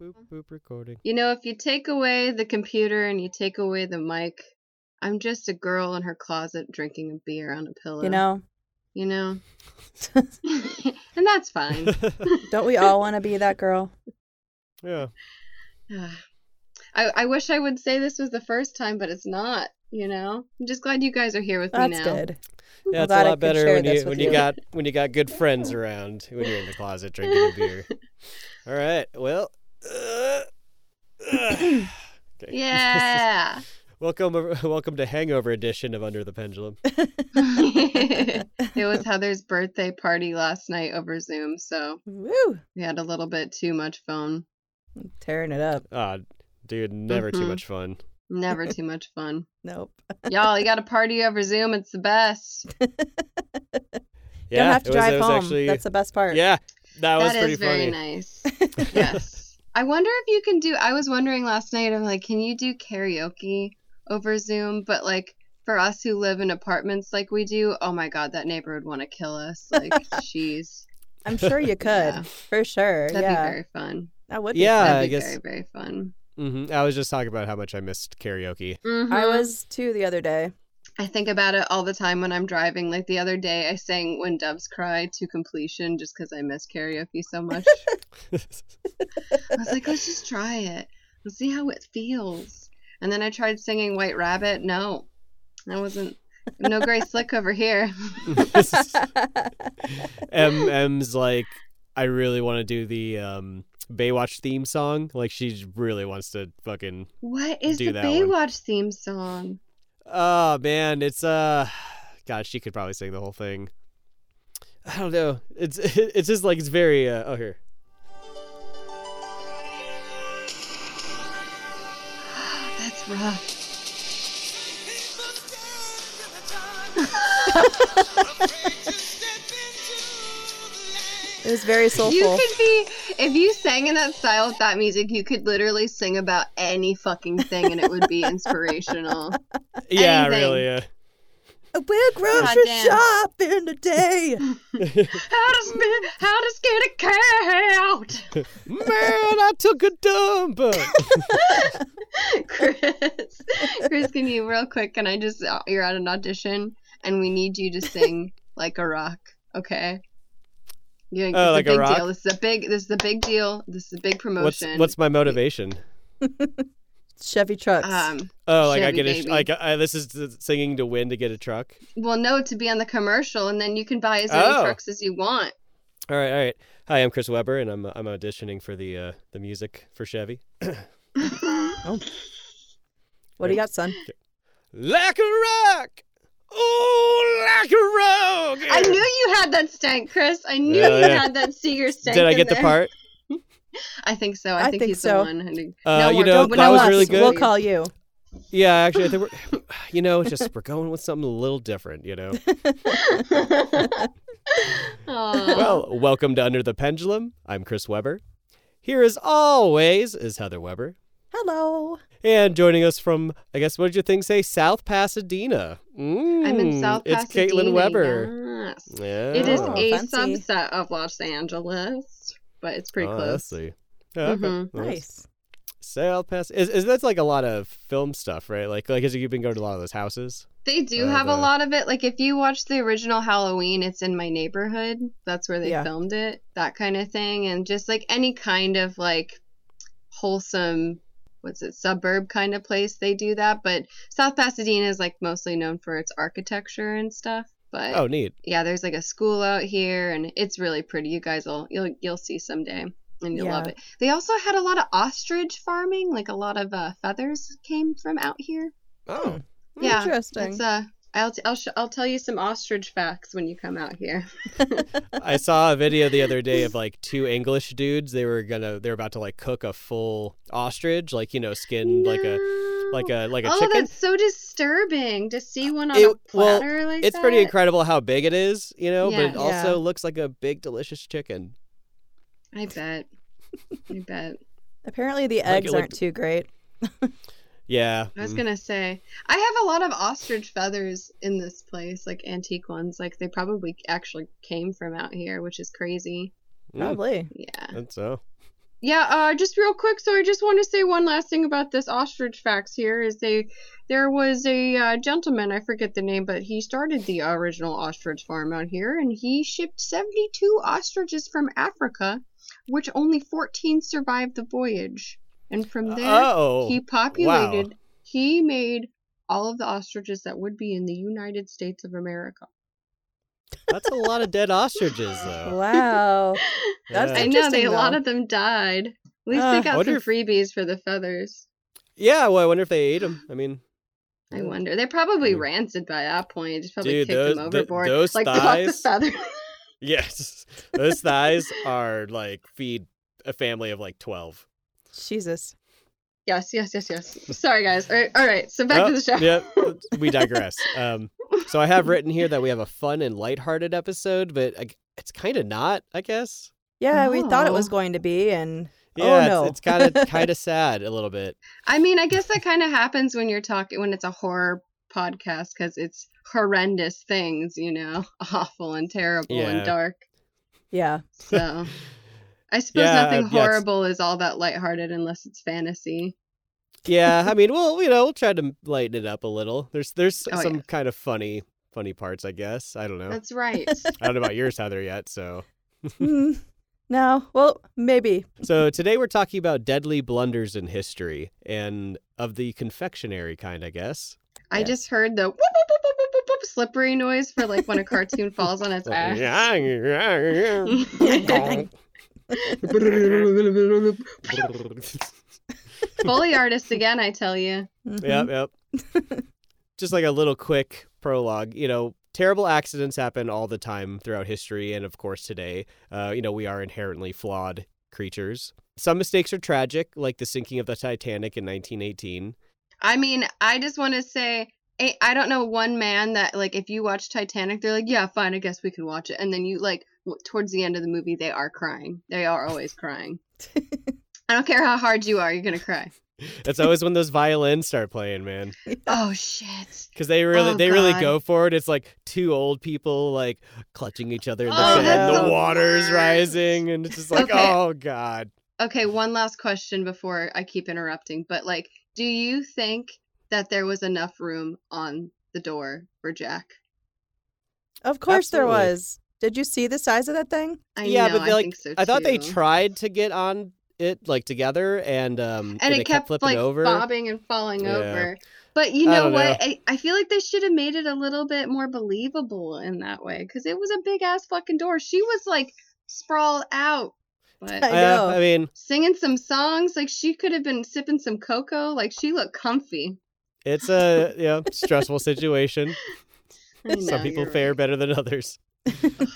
Mm. boop recording. You know, if you take away the computer and you take away the mic, I'm just a girl in her closet drinking a beer on a pillow. You know, You know? and that's fine. don't we all want to be that girl? yeah. Ah. I, I wish I would say this was the first time, but it's not, you know? I'm just glad you guys are here with me That's now. good. Yeah, I'm it's a glad I lot could better share when this you with when you, you. got when you got good friends around when you're in the closet drinking a beer. All right. Well. uh, okay. Yeah. welcome welcome to Hangover edition of Under the Pendulum. it was Heather's birthday party last night over Zoom, so Woo! we had a little bit too much phone. Tearing it up. Ah, dude, never too Mm-hmm. Mhm. much fun. Never too much fun. Nope. Y'all, you got a party over Zoom. It's the best. Yeah, don't have to it was, drive it was home. Actually, That's the best part. yeah, that was That pretty is very funny. nice. yes. I wonder if you can do. I was wondering last night. I'm like, can you do karaoke over Zoom? But like for us who live in apartments like we do, oh my god, that neighbor would want to kill us. Like, jeez, I'm sure you could, Yeah. for sure. that'd yeah, be very fun. that would. Yeah, be fun. That'd Uh, I be guess- very very fun. hmm I was just talking about how much I missed karaoke. Mhm. I was too the other day. I think about it all the time when I'm driving. Like the other day, I sang "When Doves Cry" to completion just because I miss karaoke so much. I was like, let's just try it. Let's see how it feels. And then I tried singing White Rabbit. No, I wasn't. No Gray Slick over here. M M's like, I really want to do the um, Baywatch theme song. Like, she really wants to fucking. What is Do the that one. Baywatch theme song? Oh man, it's uh, God, she could probably sing the whole thing. I don't know. It's it's just like it's very. Uh, oh here. That's rough. It was very You soulful. could be if you sang in that style with that music, you could literally sing about any fucking thing and it would be inspirational. Yeah, Anything. really. uh, Yeah. We'll grocery Goddamn. shop in the day. How to spin, how to skin a cat. Man, I took a dump. Chris, Chris, can you real quick? Can I just? uh, You're at an audition, and we need you to sing like a rock. Okay. You, this is Oh, like a big rock? Deal. This is a big. This is a big deal. This is a big what's promotion. what's my motivation? Chevy trucks. um? Oh, like I Chevy get a, baby. like I, this is the singing to win to get a truck. Well, no, to be on the commercial, and then you can buy as many Oh. trucks as you want. All right, all right. Hi, I'm Chris Weber, and I'm uh, I'm auditioning for the uh, the music for Chevy. what do you got, son? Like a rock, oh, like a rock. I knew you had that stank, Chris. I knew Hell you yeah. had that singer stank. Did I in get the there. part? I think so. I, I think, think he's so. the one. who- Uh, no, you we're- know, we're that not was us. really watching. good. We'll call you. Yeah, actually, I think we're, you know, it's just we're going with something a little different, you know. Aw. Well, welcome to Under the Pendulum. I'm Chris Weber. Here, as always, is Heather Weber, Hello. and joining us from, I guess, what did your thing say, South Pasadena? Mm, I'm in South It's Pasadena. Caitlin Weber. yes. Yeah. It is Oh, a fancy. subset of Los Angeles, but it's pretty oh, I close. see. Oh, okay. Mhm. Well, that's- Nice. South Pass is, is that's like a lot of film stuff, right? Like like as you've been going to a lot of those houses. They do Uh, have a the- lot of it. Like if you watch the original Halloween, it's in my neighborhood. That's where they Yeah. filmed it. That kind of thing, and just like any kind of like wholesome, what's it, suburb kind of place, they do that. But South Pasadena is like mostly known for its architecture and stuff. But Oh, neat. yeah, there's like a school out here, and it's really pretty. You guys will you'll you'll see someday, and you'll love Yeah. it. They also had a lot of ostrich farming, like a lot of uh, feathers came from out here. Hmm. Oh, Yeah, Interesting. It's uh, I'll t- I'll sh- I'll tell you some ostrich facts when you come out here. I saw a video the other day of like two English dudes. They were gonna they were about to like cook a full ostrich, like you know, skinned like a like a like a oh, chicken. that's so disturbing to see one on It- a well, platter like It's pretty that. incredible how big it is, you know, Yeah. but it also looks like a big delicious chicken. I bet. I bet. Apparently the Like it eggs aren't looked- too great. Yeah. I was Mm. gonna say I have a lot of ostrich feathers in this place, like antique ones. Like they probably actually came from out here, which is crazy. Mm, Probably. Yeah, that's oh, so. yeah, uh, just real quick. So I just want to say one last thing about this ostrich facts here is they there was a uh, gentleman I forget the name, but he started the original ostrich farm out here, and he shipped seventy two ostriches from Africa, which only fourteen survived the voyage. And Uh, from there, Oh, he populated. He made all of the ostriches that would be in the United States of America. that's a lot of dead ostriches, Oh. though. Wow. That's yeah. I know they, Interesting, a lot though. of them died. At least Uh, they got wonder some if- freebies for the feathers. Yeah, well, I wonder if they ate them. I mean, I wonder. They're probably Mm. rancid by that point. Just probably Dude, kicked those- them th- overboard. those like pluck the thighs- feather. yes, those thighs are like feed a family of like twelve. Jesus. yes, yes, yes, yes. Sorry, guys. All right, all right. So back Oh, to the show. yep, we digress. Um, so I have written here that we have a fun and lighthearted episode, but I, it's kind of not, I guess. Yeah, we thought it was No. going to be, and Oh, Yeah, no. it's, it's kind of kind of sad a little bit. I mean, I guess that kind of happens when you're talking when it's a horror podcast because it's horrendous things, you know, awful and terrible Yeah. and dark. yeah, So I suppose Yeah, nothing yeah, it's- horrible is all that lighthearted unless it's fantasy. Yeah, I mean, well, you know, we'll try to lighten it up a little. There's there's Oh, some yeah. kind of funny funny parts, I guess. I don't know. That's right. I don't know about yours, Heather, yet. So Hmm. no, well, maybe. so today we're talking about deadly blunders in history and of the confectionery kind, I guess. I Yes. just heard the whoop, whoop, whoop, whoop, whoop, whoop, whoop, slippery noise for like when a cartoon falls on its ass. Foley artist again, I tell you. Yep, yep. Just like a little quick prologue, you know, terrible accidents happen all the time throughout history, and of course today, uh, you know, we are inherently flawed creatures. Some mistakes are tragic, like the sinking of the Titanic in 1918. I mean, I just want to say, I I don't know one man that like if you watch Titanic, they're like, yeah, fine, I guess we can watch it, and then you like w- towards the end of the movie, they are crying. They are always crying. Mm-hmm. I don't care how hard you are, you're gonna cry. That's always when those violins start playing, man, Oh shit. because they really Oh, they really God. go for it. It's like two old people like clutching each other in the Oh, bed, and that's the the water's worst. rising, and it's just like, Okay. oh god. Okay, one last question before I keep interrupting, but like, do you think that there was enough room on the door for Jack? Of course there Absolutely. was. Did you see the size of that thing? I Yeah, know, but I they, like, think so I thought they too. tried to get on it like together, and um, and it, kept, flipping like over. bobbing and falling Yeah. over. But you I know don't know. what? I, I feel like they should have made it a little bit more believable in that way because it was a big ass fucking door. She was like sprawled out, I but Yeah, know. I mean, singing some songs like she could have been sipping some cocoa. Like she looked comfy. it's a yeah stressful situation. I know, some people you're fare right. better than others.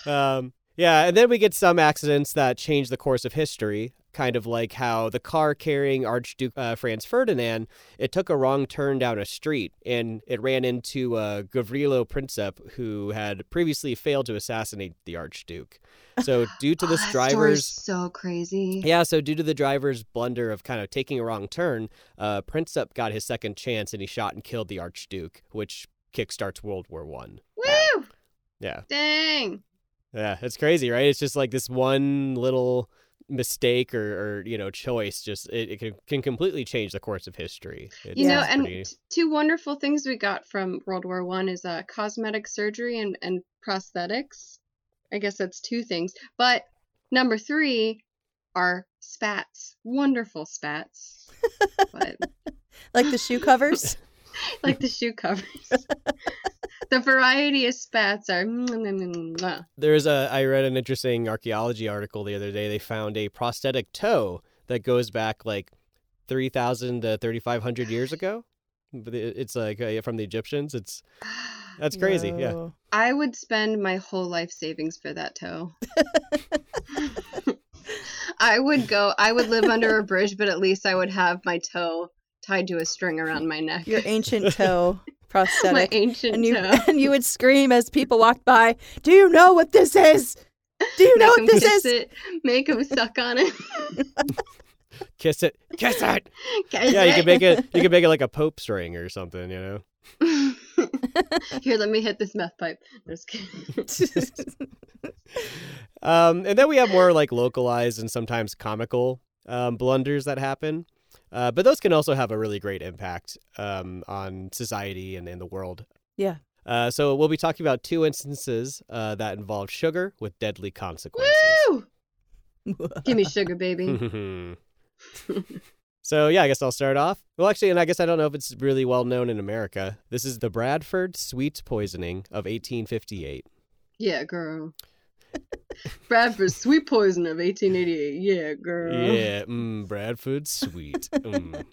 um, yeah, and then we get some accidents that change the course of history, kind of like how the car carrying Archduke uh, Franz Ferdinand it took a wrong turn down a street and it ran into uh, Gavrilo Princip, who had previously failed to assassinate the Archduke. So due to Oh, this that story's driver's so crazy. Yeah, so due to the driver's blunder of kind of taking a wrong turn, uh, Princep got his second chance and he shot and killed the Archduke, which kickstarts World War One. Woo! Yeah, Dang. yeah, it's crazy, right? It's just like this one little mistake or, or you know choice just it, it can, can completely change the course of history. It's You know, it's and pretty- t- two wonderful things we got from World War One is uh, cosmetic surgery and, and prosthetics. I guess that's two things. But number three are spats. Wonderful spats. but, Like the shoe covers? like the shoe covers. the variety of spats are. mm, mwah. there's a I read an interesting archaeology article the other day. They found a prosthetic toe that goes back like 3,000 to 3,500 years ago. But it- It's like uh, from the Egyptians. It's That's crazy. Yeah. Whoa. I would spend my whole life savings for that toe. I would go, I would live under a bridge, but at least I would have my toe tied to a string around my neck. Your ancient toe my prosthetic. ancient and you toe. and you would scream as people walked by, "Do you know what this is? Do you know Make what 'em this kiss is?" it. Make him suck on it. Kiss it. Kiss it. Kiss Yeah, you can it. make it you can make it like a pope's ring or something, you know. Here, let me hit this meth pipe. I'm just kidding. Um and then we have more like localized and sometimes comical um, blunders that happen. Uh, but those can also have a really great impact um, on society and, and the world. Yeah. Uh, so we'll be talking about two instances uh, that involve sugar with deadly consequences. Woo! Give me sugar, baby. so yeah, I guess I'll start off. Well, actually, and I guess I don't know if it's really well known in America. This is the Bradford sweet poisoning of 1858. Yeah, girl. Bradford's sweet poison of 1888. Yeah, girl. Yeah, mm, Bradford sweet. Mm.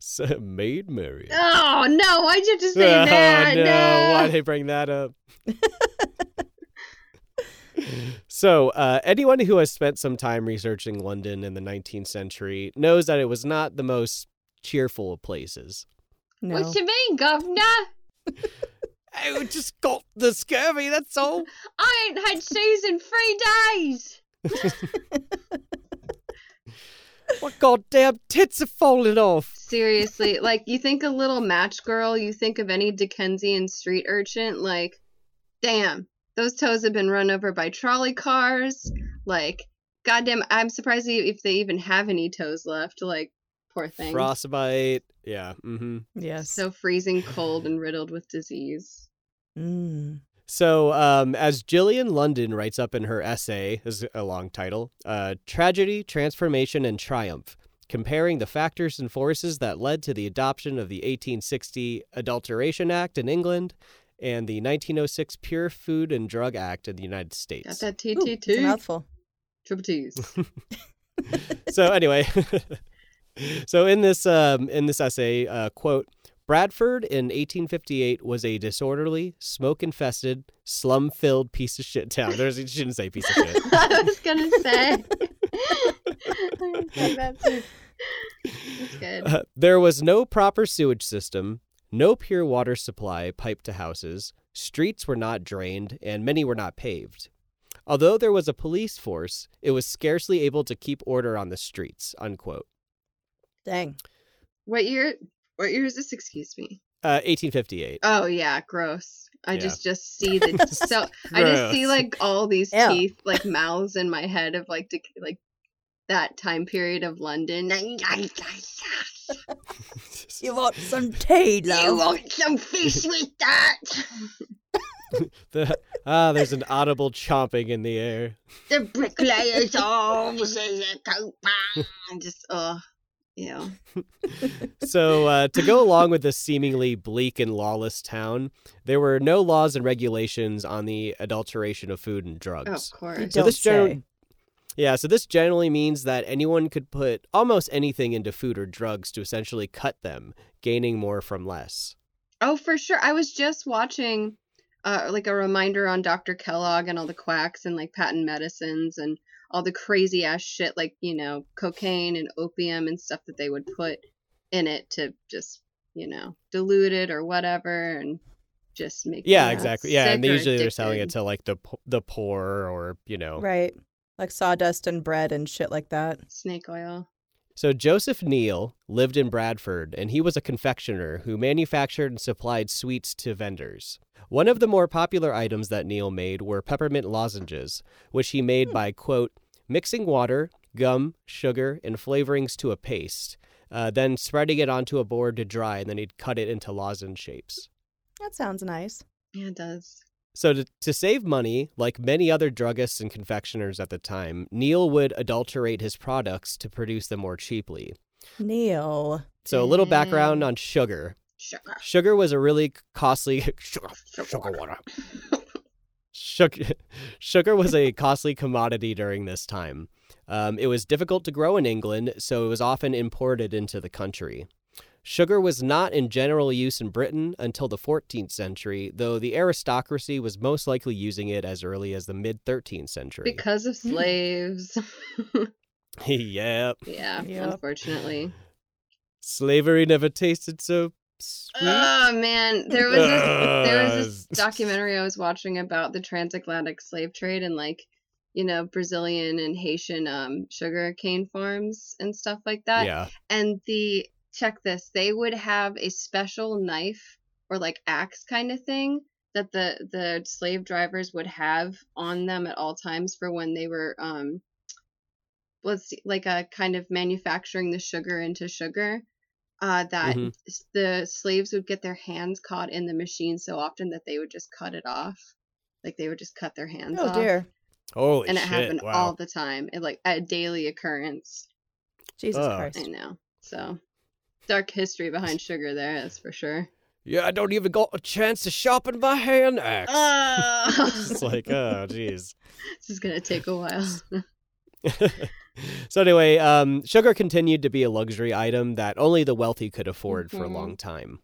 So, Maid Mary. Oh no! Why'd you have to say that? Oh, no, No. why'd they bring that up? so, uh, anyone who has spent some time researching London in the 19th century knows that it was not the most cheerful of places. No. What you mean, governor? I just got the scurvy, that's all. I ain't had Susan three days. My goddamn tits are falling off. Seriously, like you think a little match girl, you think of any Dickensian street urchin, like, damn, those toes have been run over by trolley cars. Like, goddamn, I'm surprised e- if they even have any toes left. Like, poor thing. Frostbite. Yeah. Mm-hmm. Yes. So freezing cold and riddled with disease. Mm. So, um, as Gillian London writes up in her essay, this is a long title, uh, Tragedy, Transformation, and Triumph, comparing the factors and forces that led to the adoption of the 1860 Adulteration Act in England and the 1906 Pure Food and Drug Act in the United Got States. that Ooh, it's a TTT? mouthful. Triple T's. so anyway, so in this um, in this essay, uh, quote: Bradford in 1858 was a disorderly, smoke-infested, slum-filled piece of shit town. There's, you shouldn't say piece of shit. I was gonna say. I said that too. That's good. Uh, there was no proper sewage system, no pure water supply piped to houses, streets were not drained, and many were not paved. Although there was a police force, it was scarcely able to keep order on the streets. Unquote. Dang. What year? What year is this? Excuse me. Uh, 1858. Oh yeah, gross. I Yeah. just just see the so I just see Gross. like all these Ew. teeth like mouths in my head of like dec- like that time period of London. you You want some tea, love? want some fish with that? The- ah, there's an audible chomping in the air. The bricklayer's arms is a coat and just oh yeah. So, uh, to go along with this seemingly bleak and lawless town, there were no laws and regulations on the adulteration of food Oh. and drugs. Of You course. So don't this general- say. Yeah, so this generally means that anyone could put almost anything into food or drugs to essentially cut them, gaining more from less. Oh, for sure. I was just watching uh like a reminder on Dr. Kellogg and all the quacks and like patent medicines and all the crazy ass shit like, you know, cocaine and opium and stuff that they would put in it to just, you know, dilute it or whatever and just make Yeah, people exactly. Yeah, and sick or usually they're selling it addicted. to like the po- the poor or you know. Right. Like sawdust and bread and shit like that. snake oil. So Joseph Neal lived in Bradford, and he was a confectioner who manufactured and supplied sweets to vendors. One of the more popular items that Neal made were peppermint lozenges, which he made by, quote, mixing water, gum, sugar, and flavorings to a paste, uh, then spreading it onto a board to dry, and then he'd cut it into lozenge shapes. That sounds nice. Yeah, it does. So to, to save money, like many other druggists and confectioners at the time, Neal would adulterate his products to produce them more cheaply. Neil. So a little background Mm. on sugar. Sugar. Sugar was a really costly sugar, sugar water. Sugar, sugar was a costly commodity during this time. Um, it was difficult to grow in England, so it was often imported into the country. Sugar was not in general use in Britain until the 14th century, though the aristocracy was most likely using it as early as the mid 13th century. Because of slaves. yep. yeah, Yep. unfortunately. Slavery never tasted so sweet. Oh man, there was this, there was this Ugh. documentary I was watching about the transatlantic slave trade and like you know Brazilian and Haitian um sugar cane farms and stuff like that. yeah. And the check this, they would have a special knife or like axe kind of thing that the the slave drivers would have on them at all times for when they were um was like a kind of manufacturing the sugar into sugar. Uh, that Mhm. s- the slaves would get their hands caught in the machine so often that they would just cut it off, like they would just cut their hands Oh off, dear, Holy and it shit! happened wow. all the time, it, like a daily occurrence. Jesus Ugh. I Christ! know. So dark history behind sugar there, that's for sure. yeah, I don't even got a chance to sharpen my hand axe. Oh, it's like, oh, jeez. this is gonna take a while. so anyway, um, sugar continued to be a luxury item that only the wealthy could afford for a Mhm. long time.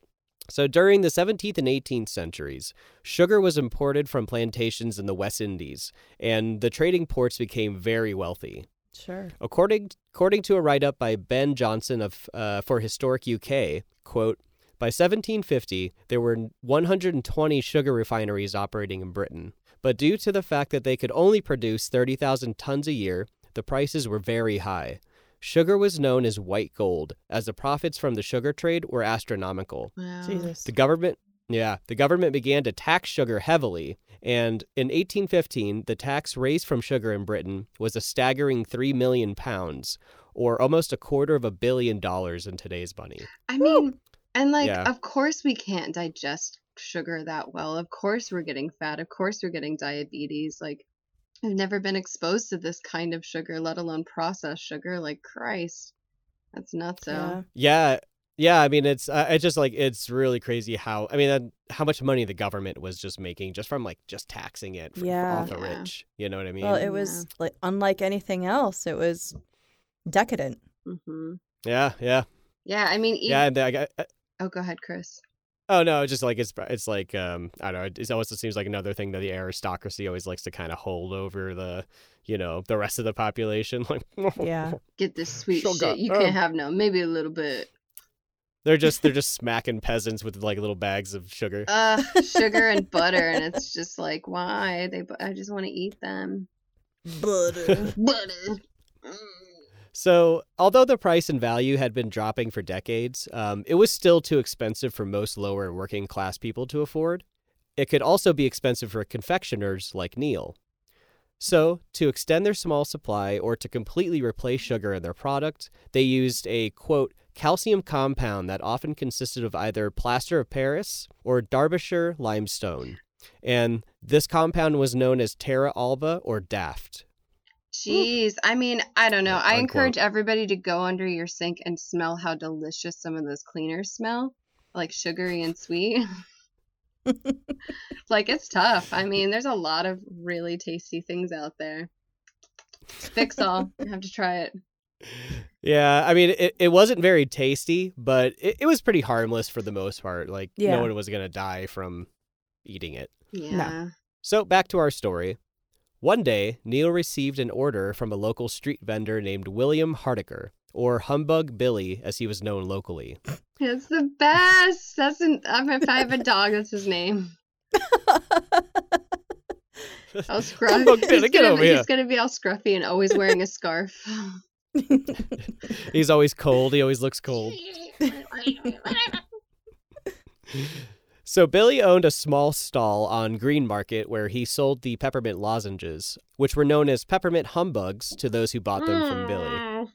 So during the 17th and 18th centuries, sugar was imported from plantations in the West Indies, and the trading ports became very wealthy. Sure. According according to a write-up by Ben Johnson of uh, for Historic UK, quote. By 1750, there were 120 sugar refineries operating in Britain. But due to the fact that they could only produce 30,000 tons a year, the prices were very high. Sugar was known as white gold, as the profits from the sugar trade were astronomical. Wow. Jesus. The government, yeah, the government began to tax sugar heavily, and in 1815, the tax raised from sugar in Britain was a staggering 3 million pounds, or almost a quarter of a billion dollars in today's money. I mean, and like, Yeah. of course we can't digest sugar that well. Of course we're getting fat. Of course we're getting diabetes. Like, I've never been exposed to this kind of sugar, let alone processed sugar. Like, Christ, that's nuts. Yeah. So, Yeah. Yeah, I mean it's uh, it's just like it's really crazy how I mean uh, how much money the government was just making just from like just taxing it from, Yeah. off the Yeah. rich. You know what I mean? Well, Yeah. it was like unlike anything else. It was decadent. hmm yeah, yeah, yeah. I mean, e- yeah. And I got, uh, oh, go ahead, Chris. oh no, it's just like it's it's like um I don't know. It also seems like another thing that the aristocracy always likes to kind of hold over the you know the rest of the population. Like Yeah. Get this sweet Sugar, shit. You um, can't have no. Maybe a little bit. they're just they're just smacking peasants with like little bags of sugar. uh sugar and butter and it's just like why they bu- i just want to eat them Butter. butter Mm. So, although the price and value had been dropping for decades, um, it was still too expensive for most lower and working class people to afford. It could also be expensive for confectioners like Neil. So, to extend their small supply or to completely replace sugar in their product, they used a quote calcium compound that often consisted of either plaster of Paris or Derbyshire limestone. And this compound was known as terra alba or daft. jeez i mean i don't know Yeah, i unquote. encourage everybody to go under your sink and smell how delicious some of those cleaners smell like sugary and sweet like it's tough i mean there's a lot of really tasty things out there fix all you have to try it Yeah, I mean, it, it wasn't very tasty, but it, it was pretty harmless for the most part. Like, Yeah. no one was going to die from eating it. yeah So, back to our story. One day, Neil received an order from a local street vendor named William Hardiker, or Humbug Billy, as he was known locally. it's the best that's an I'm- if i have a dog that's his name All scruffy. Humbug Billy, he's, get gonna, over he's here. gonna be all scruffy and always wearing a scarf. He's always cold. He always looks cold. So Billy owned a small stall on Green Market where he sold the peppermint lozenges, which were known as peppermint humbugs to those who bought them from Billy. Mm,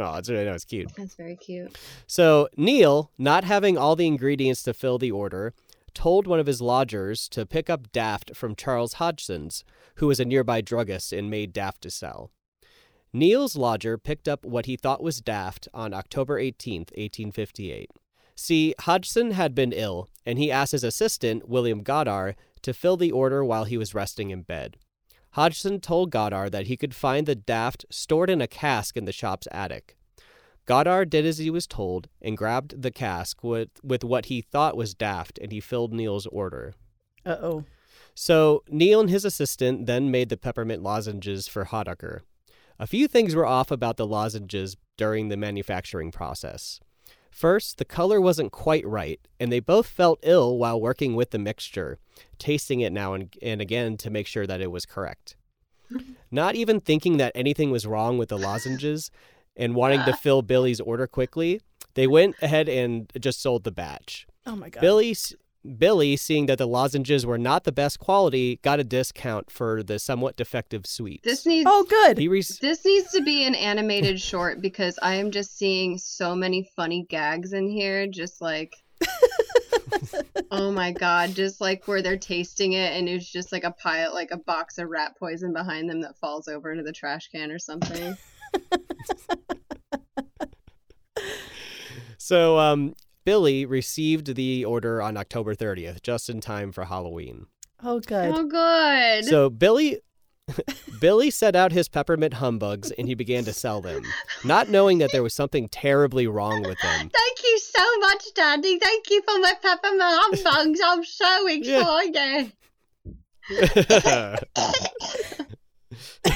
Oh, it's, I know it's cute. That's very cute. So Neil, not having all the ingredients to fill the order, told one of his lodgers to pick up Daft from Charles Hodgson's, who was a nearby druggist and made Daft to sell. Neil's lodger picked up what he thought was Daft on October 18th, 1858. See, Hodgson had been ill, and he asked his assistant, William Goddard, to fill the order while he was resting in bed. Hodgson told Goddard that he could find the Daft stored in a cask in the shop's attic. Goddard did as he was told and grabbed the cask with, with what he thought was daft, and he filled Neil's order. uh oh. So Neil and his assistant then made the peppermint lozenges for Hodaker. A few things were off about the lozenges during the manufacturing process. First, the color wasn't quite right, and they both felt ill while working with the mixture, tasting it now and, and again to make sure that it was correct. Not even thinking that anything was wrong with the lozenges and wanting to fill Billy's order quickly, they went ahead and just sold the batch. Oh my god. Billy s- Billy, seeing that the lozenges were not the best quality, got a discount for the somewhat defective sweets. This needs Oh, good. he rec- this needs to be an animated short because I am just seeing so many funny gags in here. Just like, oh my god, just like where they're tasting it and it's just like a pile, like a box of rat poison behind them that falls over into the trash can or something. so um, Billy received the order on October 30th, just in time for Halloween. Oh, good. Oh, good. So Billy Billy set out his peppermint humbugs and he began to sell them, not knowing that there was something terribly wrong with them. Thank you so much, Daddy. Thank you for my peppermint humbugs. I'm so Yeah. excited.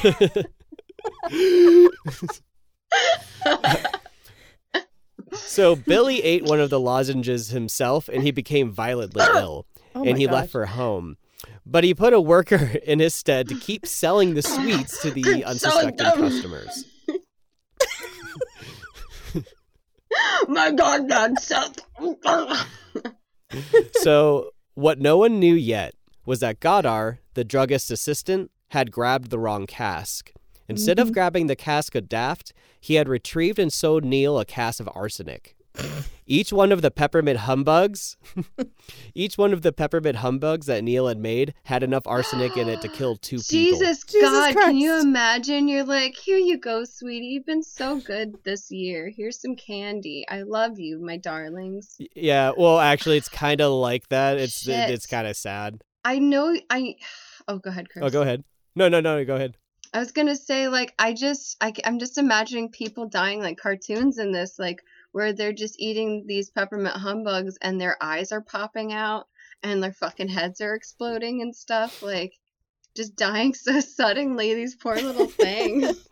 so Billy ate one of the lozenges himself and he became violently ill Oh, and my he gosh. left for home. But he put a worker in his stead to keep selling the sweets to Good the so unsuspecting dumb. customers. Oh, My God, that's so. So, what no one knew yet was that Goddard, the druggist's assistant, had grabbed the wrong cask. Instead Mm-hmm. of grabbing the cask of Daft, he had retrieved and sold Neil a cask of arsenic. Each one of the peppermint humbugs, each one of the peppermint humbugs that Neil had made had enough arsenic in it to kill two people. Jesus Jesus God, can you Christ. imagine? You're like, here you go, sweetie. You've been so good this year. Here's some candy. I love you, my darlings. Y- Yeah, well, actually, it's kind of like that. It's Shit. it's kind of sad. I know. I. Oh, go ahead, Chris. Oh, go ahead. No, no, no, go ahead. I was gonna say, like, I just, I, am just imagining people dying like cartoons in this, like, where they're just eating these peppermint humbugs and their eyes are popping out and their fucking heads are exploding and stuff, like, just dying so suddenly. These poor little things.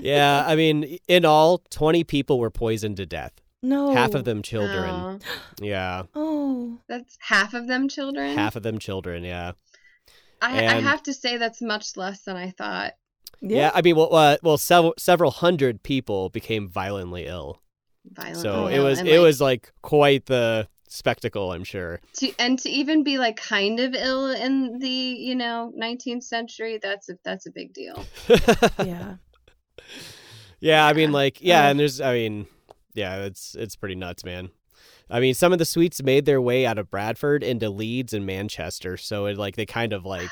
Yeah, I mean, in all, twenty people were poisoned to death. No. Oh, Half of them children. Aw. Yeah, Oh. that's half of them children. half of them children. Yeah, I, I and- have to say that's much less than I thought. yeah. I mean, well, uh, well, several several hundred people became violently ill. Violent. So and it was and, it like, was like quite the spectacle, I'm sure. to and to even be like kind of ill in the you know 19th century. That's a that's a big deal. Yeah. yeah, I mean, like, yeah, Uh. and there's, I mean, yeah, it's it's pretty nuts, man. I mean, some of the sweets made their way out of Bradford into Leeds and Manchester, so it like they kind of like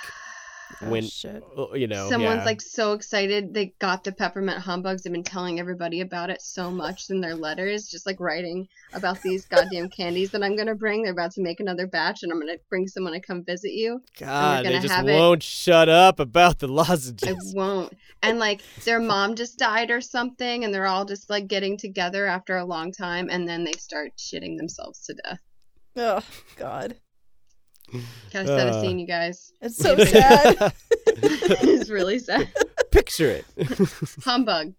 Oh, When- shit. you know Someone's yeah. like so excited they got the peppermint humbugs. They've been telling everybody about it so much in their letters, just like writing about these goddamn candies that I'm gonna bring. They're about to make another batch, and I'm gonna bring someone to come visit you. God, they gonna just have it. won't shut up about the I lozenges. won't. And like their mom just died or something, and they're all just like getting together after a long time, and then they start shitting themselves to death. Oh, God. Gotta set a Uh. scene, you guys. It's so sad. it's really sad. Picture it. Humbug.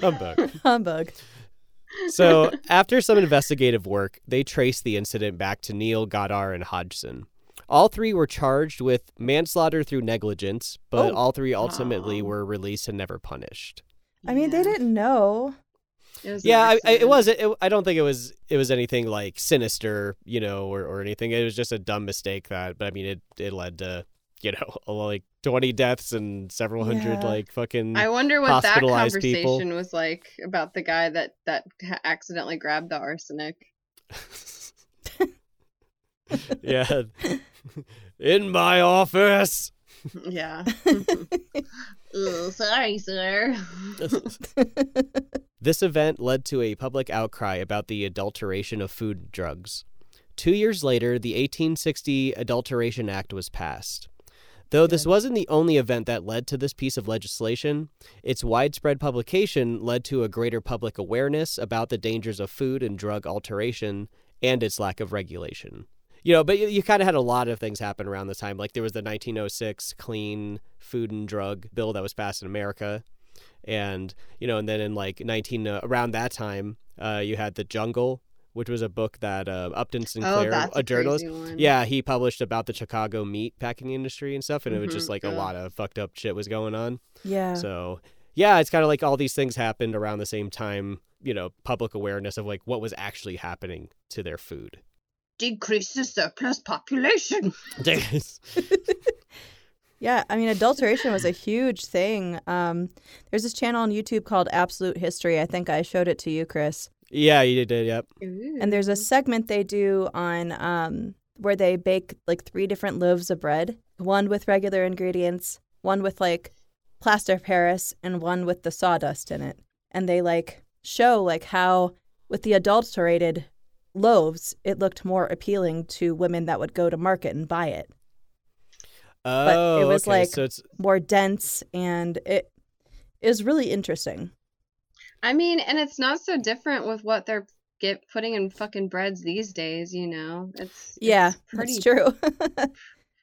Humbug. Humbug. So, after some investigative work, they traced the incident back to Neil, Goddard, and Hodgson. All three were charged with manslaughter through negligence, but Oh. all three ultimately Oh. were released and never punished. I mean, they Yeah. didn't know. It was an Yeah, I, I, it accident. wasn't. It, I don't think it was. It was anything like sinister, you know, or, or anything. It was just a dumb mistake that. But I mean, it it led to you know like twenty deaths and several hundred Yeah. like fucking. I wonder what that Hospitalized conversation people. was like about the guy that that ha- accidentally grabbed the arsenic. yeah. In my office. Yeah. Ugh, sorry, sir. This event led to a public outcry about the adulteration of food and drugs. Two years later, the 1860 Adulteration Act was passed. Though this Good. wasn't the only event that led to this piece of legislation, its widespread publication led to a greater public awareness about the dangers of food and drug alteration and its lack of regulation. You know, but you, you kind of had a lot of things happen around this time. Like there was the 1906 Clean Food and Drug Bill that was passed in America and you know and then in like 19 uh, around that time uh, you had the jungle which was a book that uh, upton Oh, sinclair that's a journalist Crazy one. yeah he published about the chicago meat packing industry and stuff and it was just Mhm, like a yeah. lot of fucked up shit was going on yeah. so yeah it's kind of like all these things happened around the same time you know public awareness of like what was actually happening to their food decrease the surplus population. There's- Yeah, I mean, adulteration was a huge thing. Um, there's this channel on YouTube called Absolute History. I think I showed it to you, Chris. yeah, you did. Yep. And there's Mm-hmm. a segment they do on um, where they bake like three different loaves of bread one with regular ingredients, one with like plaster of Paris, and one with the sawdust in it. And they like show like how with the adulterated loaves, it looked more appealing to women that would go to market and buy it. Oh, it was okay. like- so it's more dense and it is really interesting. I mean, and it's not so different with what they're get putting in fucking breads these days. You know, it's Yeah, it's pretty that's true.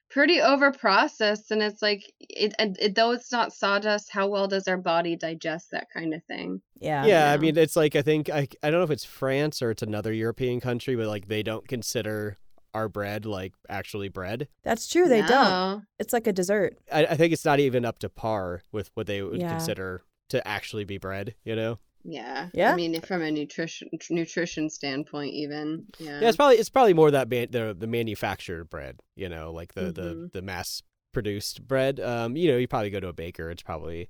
pretty over processed, and it's like it, and it though it's not sawdust. How well does our body digest that kind of thing? yeah. yeah. I now. mean, it's like I think I I don't know if it's France or it's another European country, but like they don't consider our bread like actually bread. That's true. They don't. No. It's like a dessert. I, I think it's not even up to par with what they would Yeah. consider to actually be bread. You know. Yeah. Yeah. I mean, from a nutrition nutrition standpoint, even. Yeah. Yeah, it's probably it's probably more that man, the the manufactured bread, you know, like the the, Mhm. the mass produced bread. Um, you know, you probably go to a baker; it's probably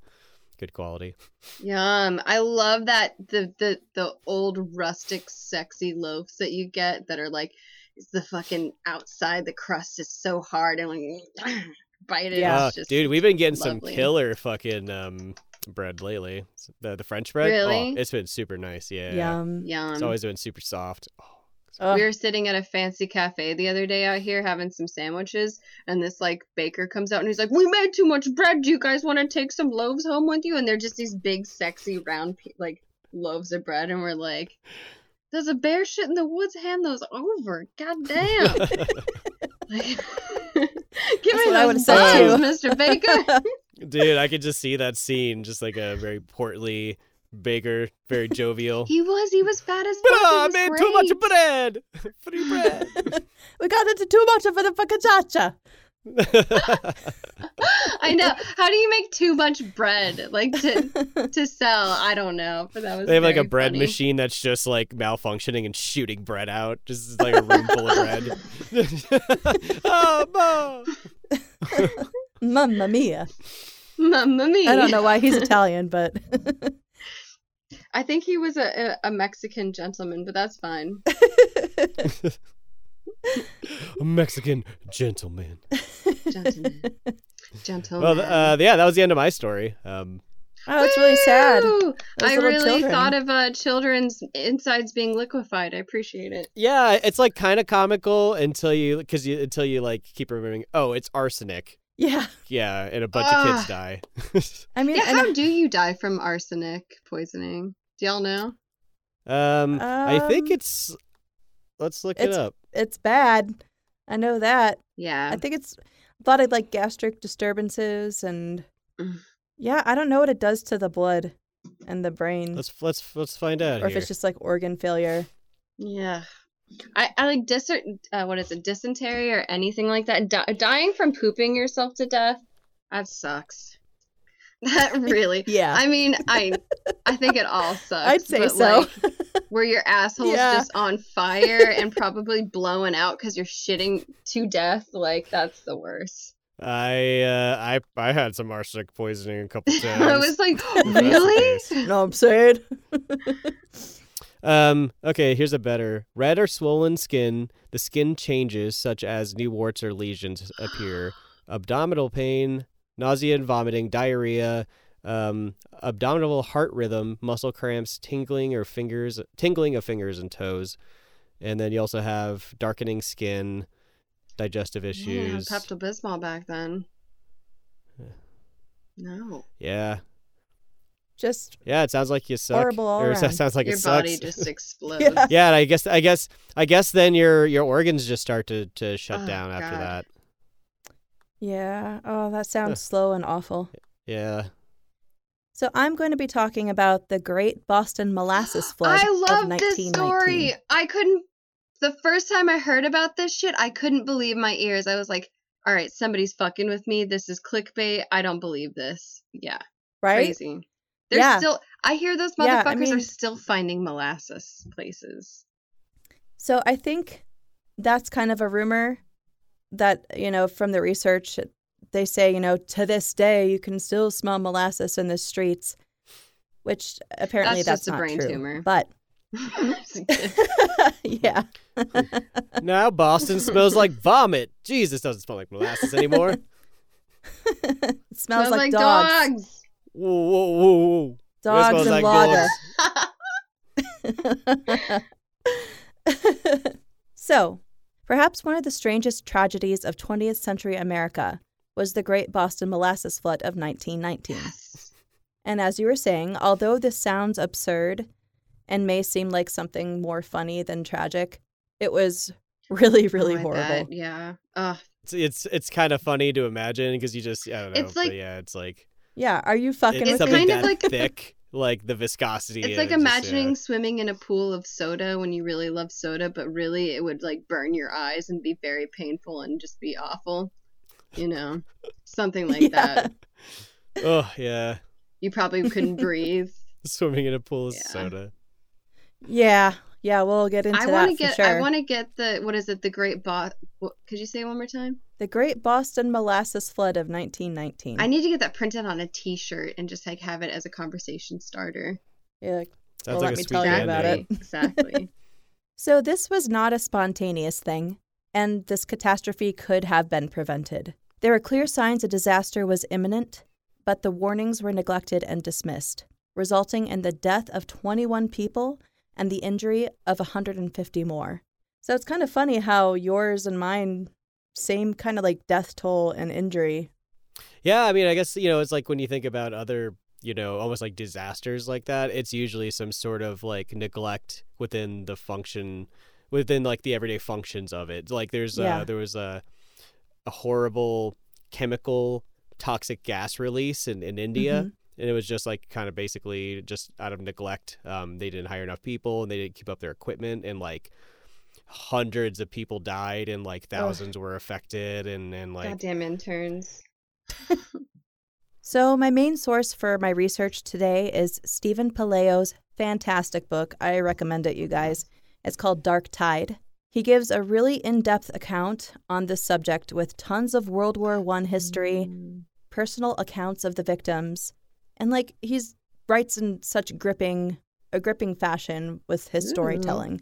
good quality. Yum. I love that the the the old rustic sexy loaves that you get that are like it's the fucking outside the crust is so hard and when you bite it Yeah. Uh, it's just dude, we've been getting lovely. some killer fucking um bread lately. The the French bread, Oh, Really? um it's been super nice. Yeah, Yum. yum. it's always been super soft. Oh, Ugh. we were sitting at a fancy cafe the other day out here having some sandwiches and this like baker comes out and he's like we made too much bread do you guys want to take some loaves home with you and they're just these big sexy round pe- like loaves of bread and we're like there's a bear shit in the woods hand those over god damn Like, Give That's me what I those would've said buns, Mr. Baker. dude, I could just see that scene, just like a very portly baker, very jovial. he was, he was fat as fuck. But uh, it I was made too much great. bread. Free bread. Oh, we got into too much of the fucking chacha. I know. How do you make too much bread, like to to sell? I don't know. But that was They have like a very bread funny. machine that's just like malfunctioning and shooting bread out. Just like a room full of bread. oh, Mom. Mamma mia. Mamma mia! I don't know why he's Italian, but I think he was a, a, a Mexican gentleman, but that's fine. A Mexican gentleman. Gentleman, gentleman. Well, th- uh, yeah, that was the end of my story. Um, oh, it's really sad. Woo! Those I little really children. thought of uh, children's insides being liquefied. I appreciate it. yeah, it's like kind of comical until you, because you, until you like keep remembering, oh, it's arsenic. Yeah. Yeah, and a bunch of kids Ah. die. I mean, Yeah, and- how do you die from arsenic poisoning? Do y'all know? um, I think Um, it's. Let's look it it's- up. it's bad. I know that. I Yeah. think it's a lot of like gastric disturbances and Mm. yeah, I don't know what it does to the blood and the brain. Let's let's let's find out or if here. it's just like organ failure. Yeah. I, I like dis uh, what is it dysentery or anything like that. Di- dying from pooping yourself to death, that sucks. That really. Yeah. I mean, I I think it all sucks. I'd say but, so. Like, where your asshole's Yeah. just on fire and probably blowing out because you're shitting to death. Like that's the worst. I uh, I I had some arsenic poisoning a couple times. I was like, If Mm-hmm. that's the really? case. No, I'm saying. Um, okay, here's a better. Red or swollen skin. The skin changes, such as new warts or lesions appear. Abdominal pain, nausea and vomiting, diarrhea, um, abdominal heart rhythm, muscle cramps, tingling or fingers, tingling of fingers and toes, and then you also have darkening skin, digestive Yeah, issues. Pepto Bismol back then. Yeah. No, yeah, Just yeah. It sounds like you suck. Horrible all or it around. sounds like your it sucks. body just explodes. Yeah. yeah, and I guess I guess I guess then your your organs just start to to shut Oh, down after God. that. yeah. Oh, that sounds slow and awful. Yeah. So I'm going to be talking about the Great Boston Molasses Flood. I of love 1919. this story. I couldn't. The first time I heard about this shit, I couldn't believe my ears. I was like, "All right, somebody's fucking with me. This is clickbait. I don't believe this." Yeah, right? crazy. They're Yeah. still. I hear those motherfuckers Yeah, I are mean- still finding molasses places. So I think that's kind of a rumor that, you know, from the research, they say, you know, to this day, you can still smell molasses in the streets, which apparently That's that's, just a not brain true. tumor. But That's yeah. Now Boston smells like vomit. Jesus doesn't smell like molasses anymore. it smells like, dogs. Whoa, whoa, whoa, whoa. Dogs, smells like and lager. dogs. so, perhaps one of the strangest tragedies of 20th century America was the Great Boston Molasses Flood of 1919. yes. And as you were saying, although this sounds absurd and may seem like something more funny than tragic, it was really, really Oh, I horrible. bet, Yeah. Ugh. It's it's, it's kind of funny to imagine because you just I don't know. It's like- but yeah, it's like Yeah, are you fucking it's with something me? that kind of like- thick, like the viscosity. It's and like it just, uh, imagining swimming in a pool of soda when you really love soda, but really it would like burn your eyes and be very painful and just be awful. You know, something like Yeah. that. yeah. Oh yeah, You probably couldn't breathe. swimming in a pool of Yeah. soda. Yeah, yeah, we'll get into I that want to for get. sure. I want to get the. What is it? The Great Bot. Could you say it one more time? The Great Boston Molasses Flood of 1919. I need to get that printed on a T-shirt and just like have it as a conversation starter. Yeah, Sounds Well, like let a me sweet tell you band about name. it. Exactly. So, this was not a spontaneous thing, and this catastrophe could have been prevented. There were clear signs a disaster was imminent, but the warnings were neglected and dismissed, resulting in the death of 21 people and the injury of 150 more. So, it's kind of funny how yours and mine, same kind of like death toll and injury. Yeah, I mean, I guess you know, it's like when you think about other, you know, almost like disasters like that. It's usually some sort of like neglect within the function, within like the everyday functions of it. Like there's Yeah. uh, there was a a horrible chemical toxic gas release in in India. Mhm. And it was just like kind of basically just out of neglect. Um, they didn't hire enough people and they didn't keep up their equipment and like hundreds of people died and like thousands were affected and and like Goddamn interns. So, my main source for my research today is Stephen Paleo's fantastic book. I recommend it, you guys. It's called Dark Tide. He gives a really in depth account on this subject with tons of World War I history, personal accounts of the victims, and like he's writes in such gripping a gripping fashion with his Ooh. storytelling.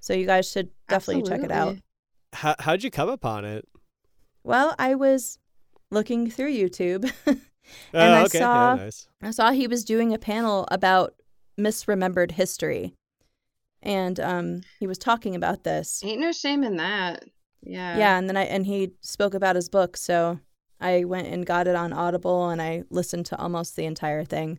So you guys should definitely check it out. Absolutely. how how'd you come upon it? Well, I was looking through YouTube Oh, And I okay. saw- yeah, nice. I saw he was doing a panel about misremembered history, and um, he was talking about this. Ain't no shame in that. Yeah. Yeah, and then I and he spoke about his book, so I went and got it on Audible, and I listened to almost the entire thing.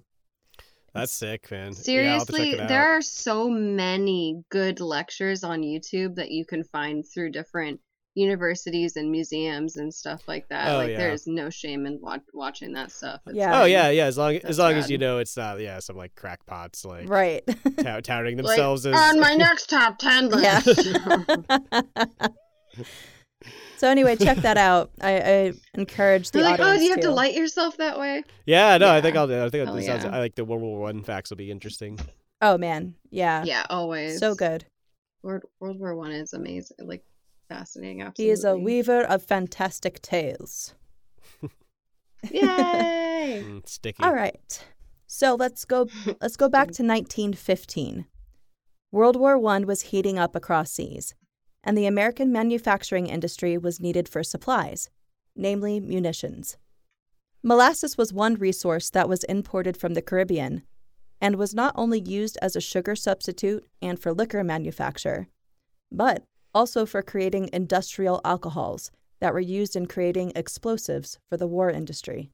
That's sick, man. Seriously, yeah, I'll have to check it there out. are so many good lectures on YouTube that you can find through different universities and museums and stuff like that. Oh, like yeah. there is no shame in wa- watching that stuff. It's Yeah. Oh fun. yeah, yeah. As long as That's long as rad. you know it's not yeah some like crackpots like right. tout- touting Like, themselves as on my next top ten yeah. list. so anyway, check that out. I, I encourage the They're like, oh, audience do you have to to. light yourself that way? yeah. No, I Yeah. think I'll I think Hell that sounds, yeah. I like the World War One facts will be interesting. Oh man, yeah, Yeah, always. so good. World, World War One is amazing, like fascinating. Absolutely. He is a weaver of fantastic tales. Yay! Mm, sticky. All right. So let's go let's go back to 1915. World War I was heating up across seas, and the American manufacturing industry was needed for supplies, namely munitions. Molasses was one resource that was imported from the Caribbean and was not only used as a sugar substitute and for liquor manufacture, but also for creating industrial alcohols that were used in creating explosives for the war industry.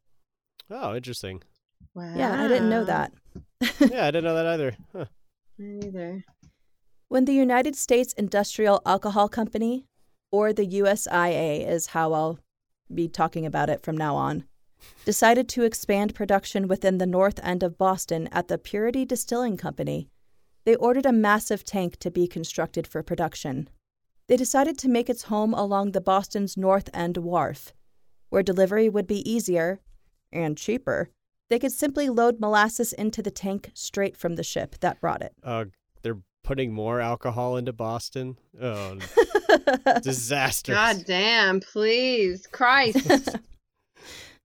Oh, interesting. Wow. Yeah, I didn't know Ah. that. Yeah, I didn't know that either. Huh. Me neither. When the United States Industrial Alcohol Company, or the USIA is how I'll be talking about it from now on, decided to expand production within the north end of Boston at the Purity Distilling Company, they ordered a massive tank to be constructed for production. They decided to make its home along the Boston's north end wharf, where delivery would be easier and cheaper. They could simply load molasses into the tank straight from the ship that brought it. Uh, they're putting more alcohol into Boston. Oh, disastrous. God damn, please. Christ.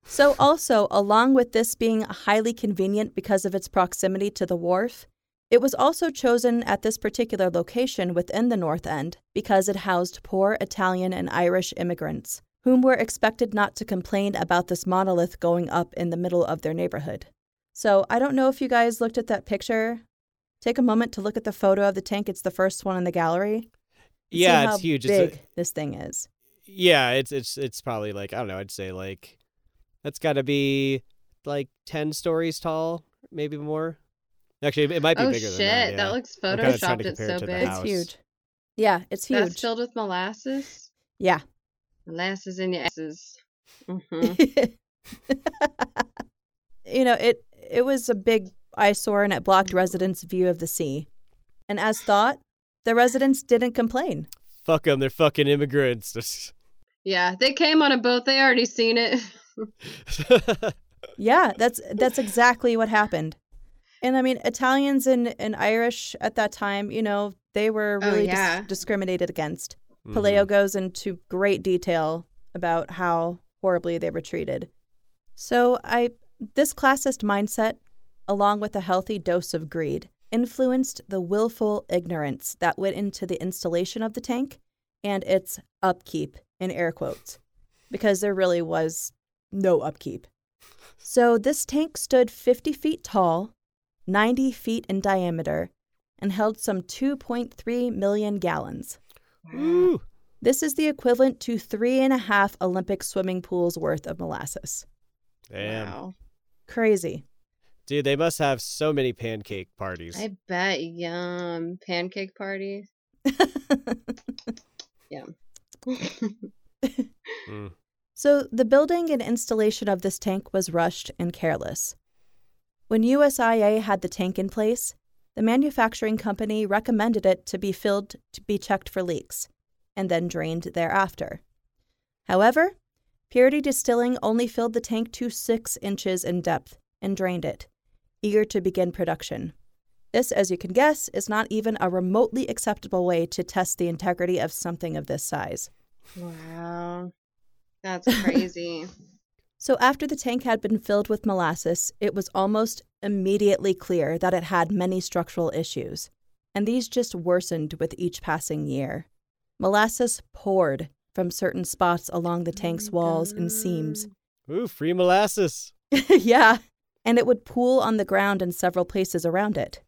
So, also, along with this being highly convenient because of its proximity to the wharf, it was also chosen at this particular location within the North End because it housed poor Italian and Irish immigrants, whom were expected not to complain about this monolith going up in the middle of their neighborhood. So, I don't know if you guys looked at that picture. Take a moment to look at the photo of the tank. It's the first one in the gallery. See yeah, how it's huge. Big It's a- this thing is. yeah, it's it's it's probably like I don't know. I'd say like that's got to be like ten stories tall, maybe more. Actually, it might be oh bigger shit, than that. yeah. looks I'm kinda trying to photoshopped. It's compare it so to the big. house. It's huge. Yeah, it's huge. That's filled with molasses. yeah. Molasses in your asses. hmm you know, it it was a big eyesore and it blocked residents' view of the sea. And as thought, the residents didn't complain. Fuck them. They're fucking immigrants. yeah, they came on a boat. They already seen it. Yeah, that's that's exactly what happened. And I mean, Italians and, and Irish at that time, you know, they were Oh, really dis- yeah. discriminated against. Mhm. Paleo goes into great detail about how horribly they were treated. So I this classist mindset, along with a healthy dose of greed, influenced the willful ignorance that went into the installation of the tank and its upkeep in air quotes. Because there really was no upkeep. So this tank stood fifty feet tall, ninety feet in diameter, and held some two point three million gallons. Ooh. This is the equivalent to three and a half Olympic swimming pools worth of molasses. Damn. Wow. Crazy. Dude, they must have so many pancake parties. I bet. Yum. Pancake party. Yum. Mm. So the building and installation of this tank was rushed and careless. When USIA had the tank in place, the manufacturing company recommended it to be filled to be checked for leaks and then drained thereafter. However, Purity Distilling only filled the tank to six inches in depth and drained it, eager to begin production. This, as you can guess, is not even a remotely acceptable way to test the integrity of something of this size. Wow. That's crazy. So, after the tank had been filled with molasses, it was almost immediately clear that it had many structural issues, and these just worsened with each passing year. Molasses poured from certain spots along the tank's walls and seams. Ooh, free molasses. yeah, and it would pool on the ground in several places around it.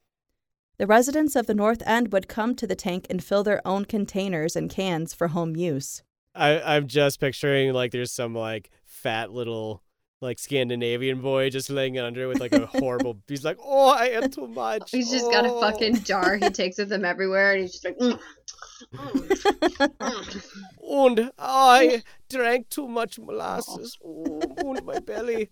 The residents of the North End would come to the tank and fill their own containers and cans for home use. I, I'm just picturing like there's some like fat little like Scandinavian boy just laying under it with like a horrible. He's like, oh, I ate too much. He's just got a Oh." fucking jar. He takes with him everywhere, and he's just like, mm, mm, mm. And I drank too much molasses. Oh, wound my belly.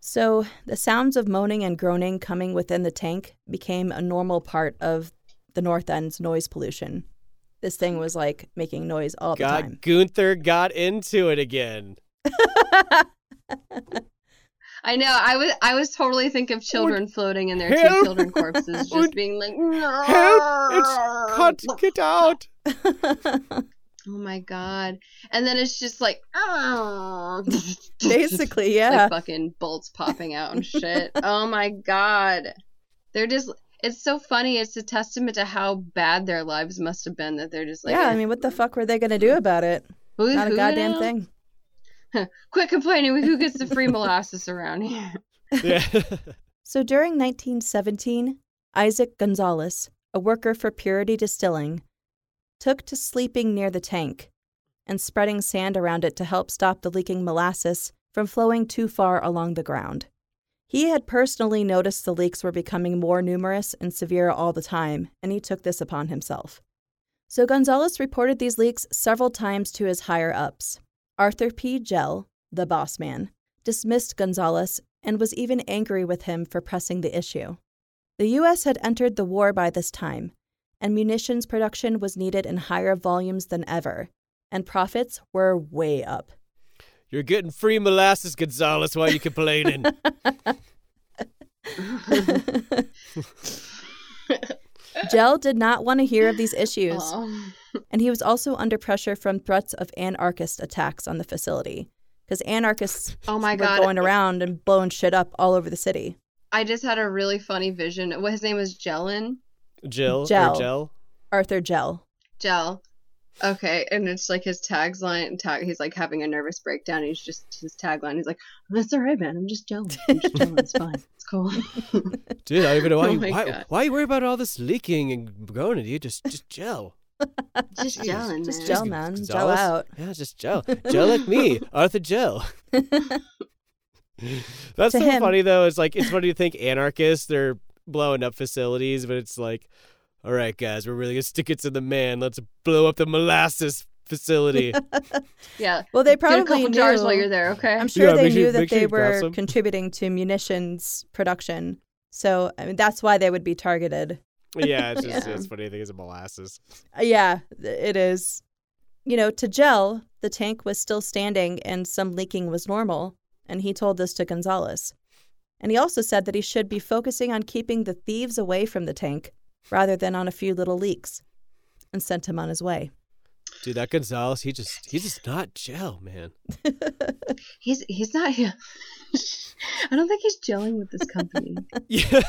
So the sounds of moaning and groaning coming within the tank became a normal part of the North End's noise pollution. This thing was like making noise all the God, time. Gunther got into it again. I know. I was I was totally thinking of children floating in their two Help. children corpses, just Und- being like, Help! It's Um, cut. Get out. Oh my god! And then it's just like, "Oh." Basically, yeah. like fucking bolts popping out and shit. oh my god! They're just. It's so funny. It's a testament to how bad their lives must have been that they're just like, yeah, I mean, what the fuck were they going to do about it? who- Not a who goddamn knows? thing. Quit complaining. Who gets the free molasses around here? Yeah. So during 1917, Isaac Gonzalez, a worker for Purity Distilling, took to sleeping near the tank and spreading sand around it to help stop the leaking molasses from flowing too far along the ground. He had personally noticed the leaks were becoming more numerous and severe all the time, and he took this upon himself. So Gonzalez reported these leaks several times to his higher ups. Arthur P. Gell, the boss man, dismissed Gonzalez and was even angry with him for pressing the issue. The U.S. had entered the war by this time, and munitions production was needed in higher volumes than ever, and profits were way up. You're getting free molasses, Gonzalez. Why are you complaining? Gel did not want to hear of these issues, Aw. and he was also under pressure from threats of anarchist attacks on the facility because anarchists Oh my were god. going around and blowing shit up all over the city. I just had a really funny vision. What his name was Jellin? Jill Gel. or Gel. Arthur Gel. Jell. Okay, and it's like his tagline. Tag, he's like having a nervous breakdown. He's just his tagline. He's like, "Oh, "That's all right, man. I'm just Jellin. I'm just Jellin. It's fine. It's cool." Dude, I don't even know why Oh you my why, God. why you worry about all this leaking and going you just just gel. just Jesus. Jellin, Just man. gel, Jeez, man. Gel Gonzalez. out. Yeah, just gel. Gel like me, Arthur Gel. That's so To him. funny though. It's like it's funny to think anarchists they're blowing up facilities, but it's like, all right, guys, we're really gonna stick it to the man. Let's blow up the molasses facility. Yeah. Well, they Get probably a couple knew. jars while you're there, okay? I'm sure Yeah, they make sure- knew that make sure they you grab were some. contributing to munitions production. So I mean, that's why they would be targeted. yeah, it's just Yeah. it's funny to think it's a molasses. Uh, Yeah, th- it is. You know, to Gel, the tank was still standing and some leaking was normal, and he told this to Gonzalez. And he also said that he should be focusing on keeping the thieves away from the tank rather than on a few little leaks and sent him on his way. Dude, that Gonzalez, he just he's just not gel, man. He's he's not here. I don't think he's gelling with this company. Yeah.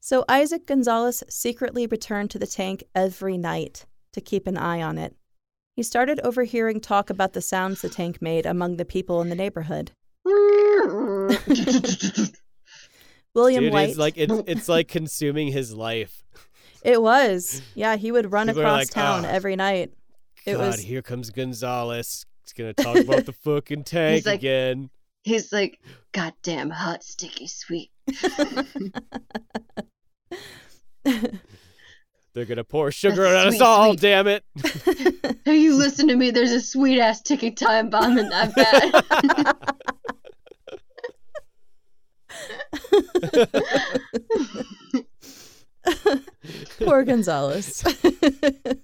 So Isaac Gonzalez secretly returned to the tank every night to keep an eye on it. He started overhearing talk about the sounds the tank made among the people in the neighborhood. William Dude, White. it's like it's it's like consuming his life. it was. Yeah, he would run People are across like, town "Ah." every night. It God, was- here comes Gonzalez. He's gonna talk about the fucking tank like- again. he's like, goddamn hot, sticky, sweet. They're gonna pour sugar That's on us sweet, all, sweet. damn it. Hey, you listen to me. There's a sweet ass ticking time bomb in that bed. Poor Gonzalez. Uh,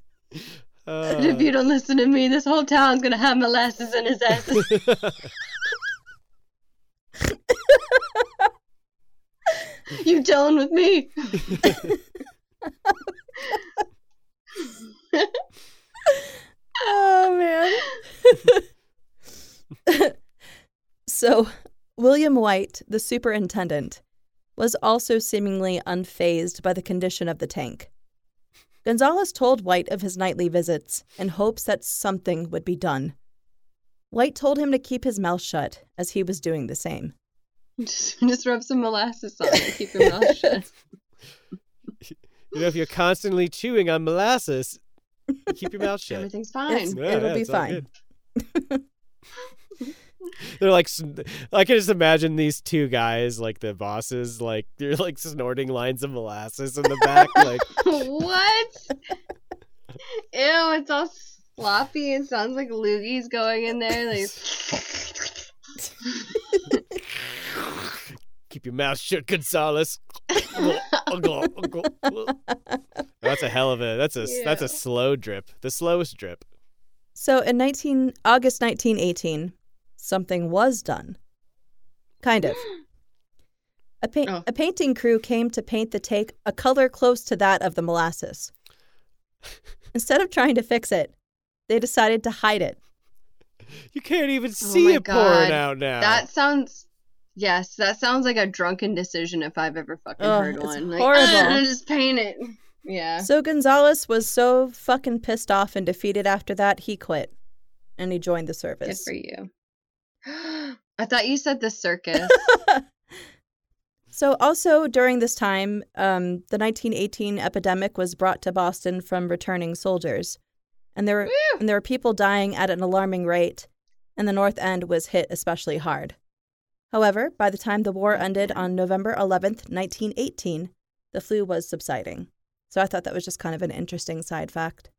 and if you don't listen to me, this whole town's gonna have molasses in his ass. you gelling with me? oh man. so, William White, the superintendent, was also seemingly unfazed by the condition of the tank. Gonzalez told White of his nightly visits in hopes that something would be done. White told him to keep his mouth shut as he was doing the same. Just, just rub some molasses on it. Keep your mouth shut. You know, if you're constantly chewing on molasses, keep your mouth shut. Everything's fine. It's- It'll be it's all fine. good. They're like, sn- I can just imagine these two guys, like the bosses, like they're like snorting lines of molasses in the back, like what? Ew, it's all sloppy. It sounds like loogies going in there. Like, keep your mouth shut, Gonzalez. that's a hell of a that's a that's Yeah. a slow drip, the slowest drip. So in 19 August 1918, something was done. Kind of. A, pa- Oh. a painting crew came to paint the take a color close to that of the molasses. Instead of trying to fix it, they decided to hide it. You can't even see Oh my it pouring God. out now. that sounds. Yes, that sounds like a drunken decision if I've ever fucking Ugh, heard it's one. Like, horrible. "Ah, just paint it. Yeah. So Gonzalez was so fucking pissed off and defeated after that, he quit and he joined the Good service. for you. I thought you said the circus. So, also during this time, um, the 1918 epidemic was brought to Boston from returning soldiers, and there were, Woo! and there were people dying at an alarming rate, and the North End was hit especially hard. However, by the time the war ended on November 11th, 1918, the flu was subsiding. So I thought that was just kind of an interesting side fact.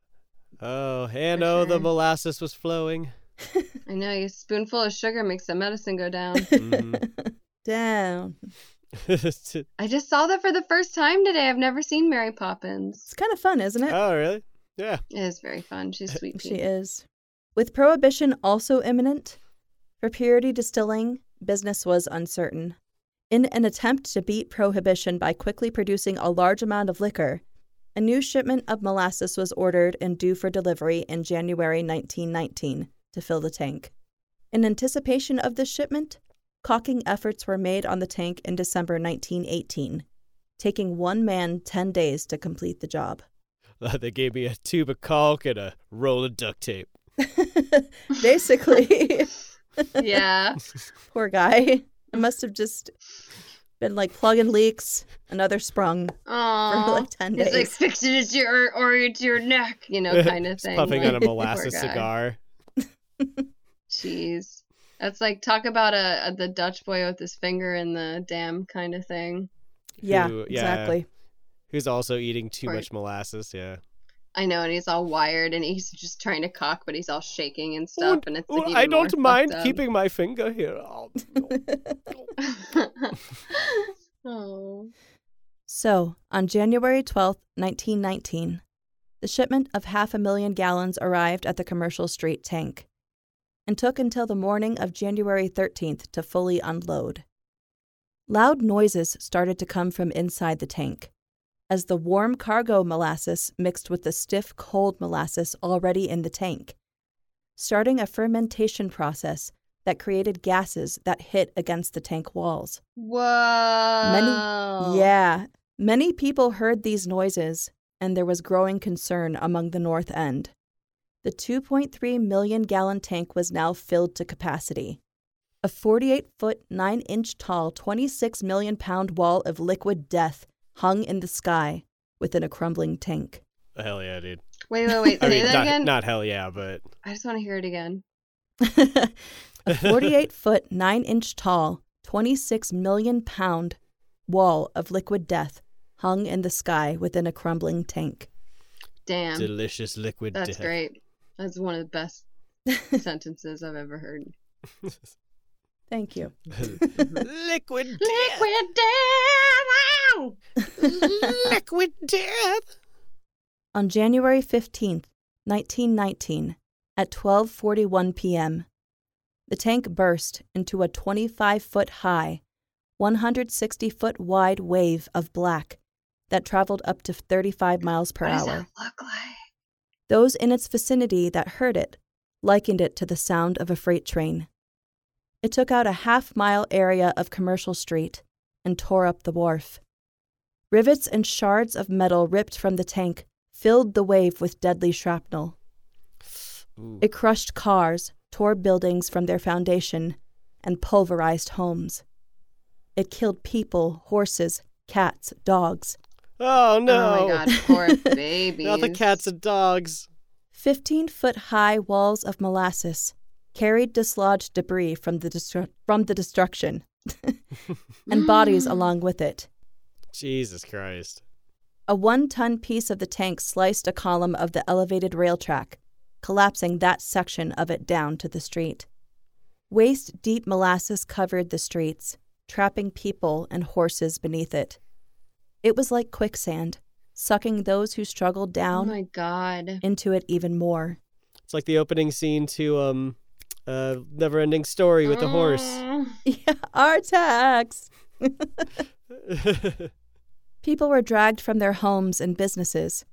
oh, and For oh, the sure. molasses was flowing. I know, you spoonful of sugar makes the medicine go down. Mhm. Down. oh, I just saw that for the first time today. I've never seen Mary Poppins. It's kind of fun, isn't it? Oh, really? Yeah. It is very fun. She's sweet. She pea. is. With prohibition also imminent, for purity distilling, business was uncertain. In an attempt to beat prohibition by quickly producing a large amount of liquor, a new shipment of molasses was ordered and due for delivery in January 1919 to fill the tank. In anticipation of this shipment, caulking efforts were made on the tank in December 1918, taking one man 10 days to complete the job. Uh, they gave me a tube of caulk and a roll of duct tape. Basically, yeah. poor guy. It must have just been like plugging leaks, another sprung for Aww. like 10 It's like days. fix it to your or to your neck, you know, kind of Just thing. Puffing like, on a molasses poor guy. cigar. Jeez, that's like talk about a, a the Dutch boy with his finger in the dam kind of thing. yeah, Who- yeah. exactly. Who's also eating too Or- much molasses? Yeah. I know, and he's all wired, and he's just trying to cock, but he's all shaking and stuff, and it's like Ooh, even I don't more mind fucked up. keeping my finger here. Oh, oh, So, on January twelfth, 1919, the shipment of half a million gallons arrived at the Commercial Street tank and took until the morning of January 13th to fully unload. Loud noises started to come from inside the tank as the warm cargo molasses mixed with the stiff cold molasses already in the tank, starting a fermentation process that created gases that hit against the tank walls. Oh. whoa, Yeah. Many people heard these noises, and there was growing concern among the North End. The 2.3 million gallon tank was now filled to capacity. A 48 foot, 9 inch tall, 26 million pound wall of liquid death hung in the sky within a crumbling tank. hell yeah, dude. Wait, wait, Oh, wait. Say I mean, that not, again. not hell yeah, but I just want to hear it again. a 48 foot, 9 inch tall, 26 million pound wall of liquid death hung in the sky within a crumbling tank. Damn, delicious liquid that's death. great. That's one of the best sentences I've ever heard. Thank you. liquid death. Mm-hmm. Liquid death. Wow. liquid death. Mm-hmm. On January 15th, 1919, at 12:41 p.m., the tank burst into a 25-foot high, 160-foot wide wave of black that traveled up to 35 miles per what does hour. that look like? Those in its vicinity that heard it likened it to the sound of a freight train. It took out a half mile area of Commercial Street and tore up the wharf. Rivets and shards of metal ripped from the tank filled the wave with deadly shrapnel. Ooh. It crushed cars, tore buildings from their foundation, and pulverized homes. It killed people, horses, cats, dogs. Oh no! Oh my god, poor babies. Not the cats and dogs. Fifteen foot high walls of molasses carried dislodged debris from the, destru- from the destruction and bodies Mm. along with it. Jesus Christ. A one ton piece of the tank sliced a column of the elevated rail track, collapsing that section of it down to the street. Waist deep molasses covered the streets, trapping people and horses beneath it. It was like quicksand, sucking those who struggled Oh down my god. into it even more. It's like the opening scene to um, uh, Never Ending Story with the horse. Mm. Yeah, our tax. Mm. People were dragged from their homes and businesses.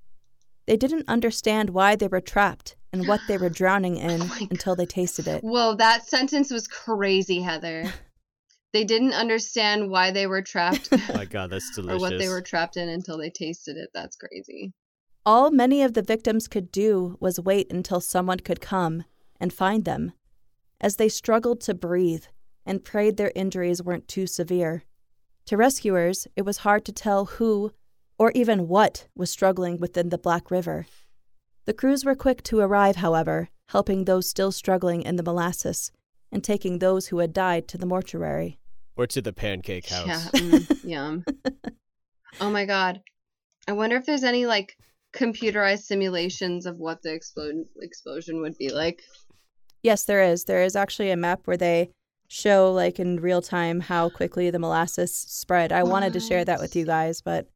They didn't understand why they were trapped and what they were drowning in until they tasted it. Whoa, that sentence was crazy, Heather. They didn't understand why they were trapped Oh my god, that's or delicious. what they were trapped in until they tasted it. That's crazy. All many of the victims could do was wait until someone could come and find them. As they struggled to breathe and prayed their injuries weren't too severe. To rescuers, it was hard to tell who or even what was struggling within the Black River. The crews were quick to arrive, however, helping those still struggling in the molasses and taking those who had died to the mortuary. or to the pancake house. Yeah. mm, yum. Oh my god. I wonder if there's any like computerized simulations of what the explode explosion would be like. Yes, there is. There is actually a map where they show, like, in real time how quickly the molasses spread. I wanted to share that with you guys, but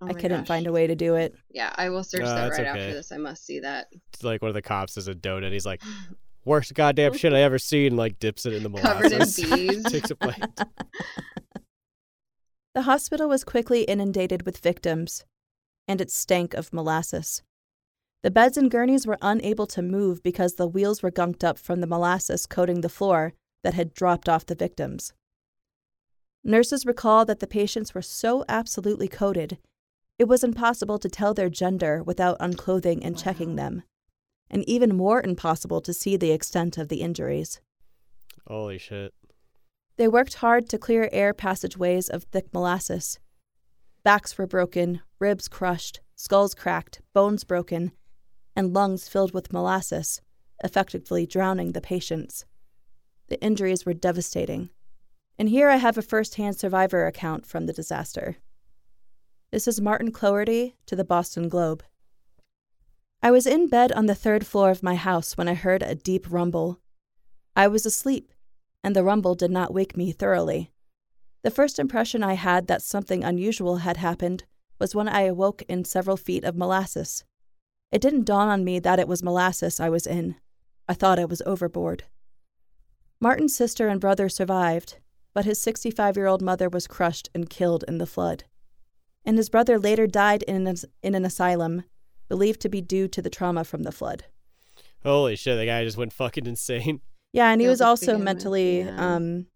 Oh I my couldn't gosh. find a way to do it. Yeah, I will search No, that Uh, that's right okay. after this. I must see that. It's like one of the cops is a donut. He's like, worst goddamn shit I ever seen. Like dips it in the Covered in molasses. bees. Takes a bite. The hospital was quickly inundated with victims, and it stank of molasses. The beds and gurneys were unable to move because the wheels were gunked up from the molasses coating the floor that had dropped off the victims. Nurses recall that the patients were so absolutely coated, it was impossible to tell their gender without unclothing and checking them, and even more impossible to see the extent of the injuries. Holy shit. They worked hard to clear air passageways of thick molasses. Backs were broken, ribs crushed, skulls cracked, bones broken, and lungs filled with molasses, effectively drowning the patients. The injuries were devastating. And here I have a first hand survivor account from the disaster. This is Martin Cloherty to the Boston Globe. I was in bed on the third floor of my house when I heard a deep rumble. I was asleep, and the rumble did not wake me thoroughly. The first impression I had that something unusual had happened was when I awoke in several feet of molasses. It didn't dawn on me that it was molasses I was in. I thought I was overboard. Martin's sister and brother survived, but his 65 year old mother was crushed and killed in the flood. And his brother later died in an, in an asylum, believed to be due to the trauma from the flood. Holy shit, the guy just went fucking insane. Yeah, and he Yeah, was that's also pretty much, mentally, yeah. um,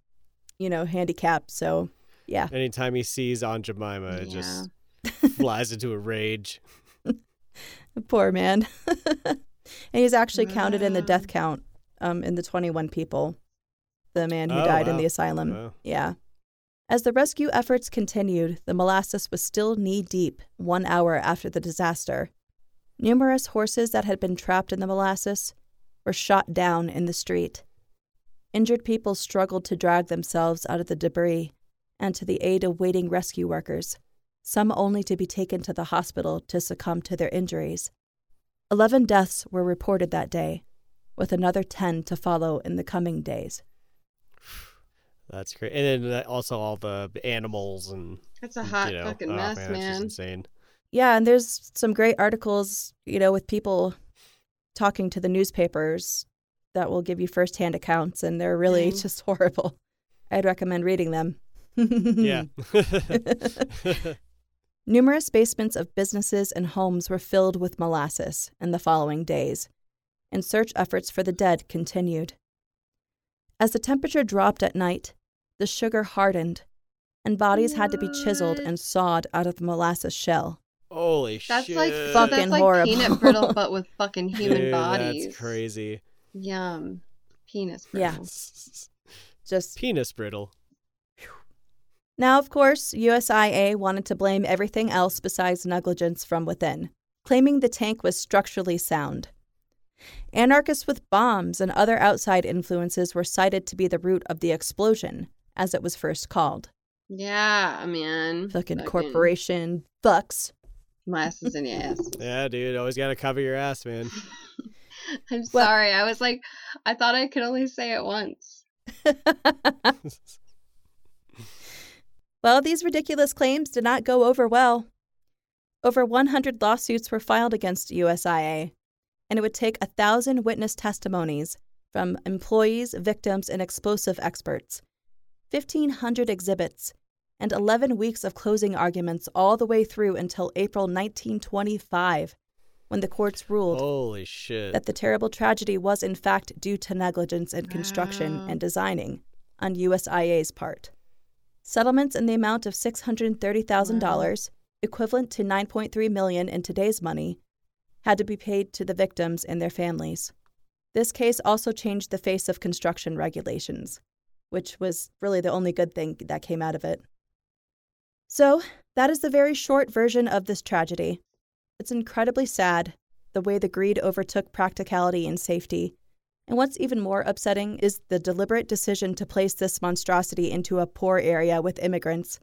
you know, handicapped. So, yeah. Anytime he sees Aunt Jemima, it just flies into a rage. Poor man. and he's actually counted in the Wow. death count um, in the 21 people, the man who Oh, died in wow. the asylum. Wow. Yeah. As the rescue efforts continued, the molasses was still knee deep one hour after the disaster. Numerous horses that had been trapped in the molasses were shot down in the street. Injured people struggled to drag themselves out of the debris and to the aid of waiting rescue workers, some only to be taken to the hospital to succumb to their injuries. Eleven deaths were reported that day, with another ten to follow in the coming days. That's great. And then that- also all the animals and That's a hot you know, fucking oh, mess, man, That's just man. insane. Yeah, and there's some great articles, you know, with people talking to the newspapers that will give you firsthand accounts, and they're really Dang. just horrible. I'd recommend reading them. Hmm. Yeah. Numerous basements of businesses and homes were filled with molasses in the following days, and search efforts for the dead continued. As the temperature dropped at night, the sugar hardened, and bodies had to be chiseled What? and sawed out of the molasses shell. Holy That's shit. like so Fucking that's like horrible. peanut brittle, but with fucking human Dude, bodies. That's crazy. Yum, penis Yeah. brittle. Just Penis brittle. Now, of course, USIA wanted to blame everything else besides negligence from within, claiming the tank was structurally sound. Anarchists with bombs and other outside influences were cited to be the root of the explosion, as it was first called. Yeah, man. Fucking, corporation bucks. Molasses in your ass. Yeah, dude. Always gotta cover your ass, man. I'm Well- sorry. I was like, I thought I could only say it once. Well, these ridiculous claims did not go over well. Over 100 lawsuits were filed against USIA, and it would take a thousand witness testimonies from employees, victims, and explosive experts, 1,500 exhibits, and 11 weeks of closing arguments all the way through until April 1925, when the courts ruled Holy shit. that the terrible tragedy was in fact due to negligence in construction Wow. and designing on USIA's part. Settlements in the amount of $630,000, equivalent to 9.3 million in today's money, had to be paid to the victims and their families. This case also changed the face of construction regulations, which was really the only good thing that came out of it. So, that is the very short version of this tragedy. It's incredibly sad, the way the greed overtook practicality and safety. And what's even more upsetting is the deliberate decision to place this monstrosity into a poor area with immigrants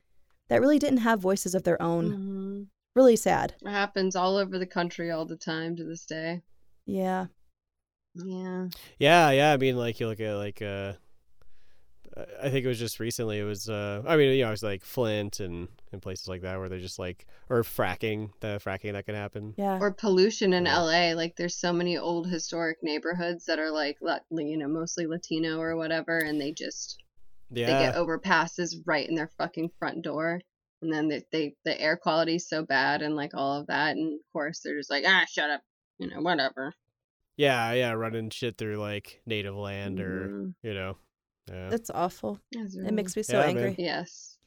that really didn't have voices of their own. Mhm. Really sad. It happens all over the country all the time to this day. Yeah. Yeah. Yeah, yeah. I mean, like you look at like uh, I- I think it was just recently. It was uh, I mean, you know, it was like Flint and and places like that where they're just like or fracking the fracking that can happen. Yeah. Or pollution in Yeah. LA. Like, there's so many old historic neighborhoods that are like, la- you know, mostly Latino or whatever, and they just Yeah, they get overpasses right in their fucking front door. and then they, they the air quality's so bad and like all of that and of course they're just like ah shut up you know whatever Yeah, yeah, running shit through like native land or Mhm. you know. Yeah. That's awful. That's Mm-hmm. It really- makes me so Yeah, man. angry. yes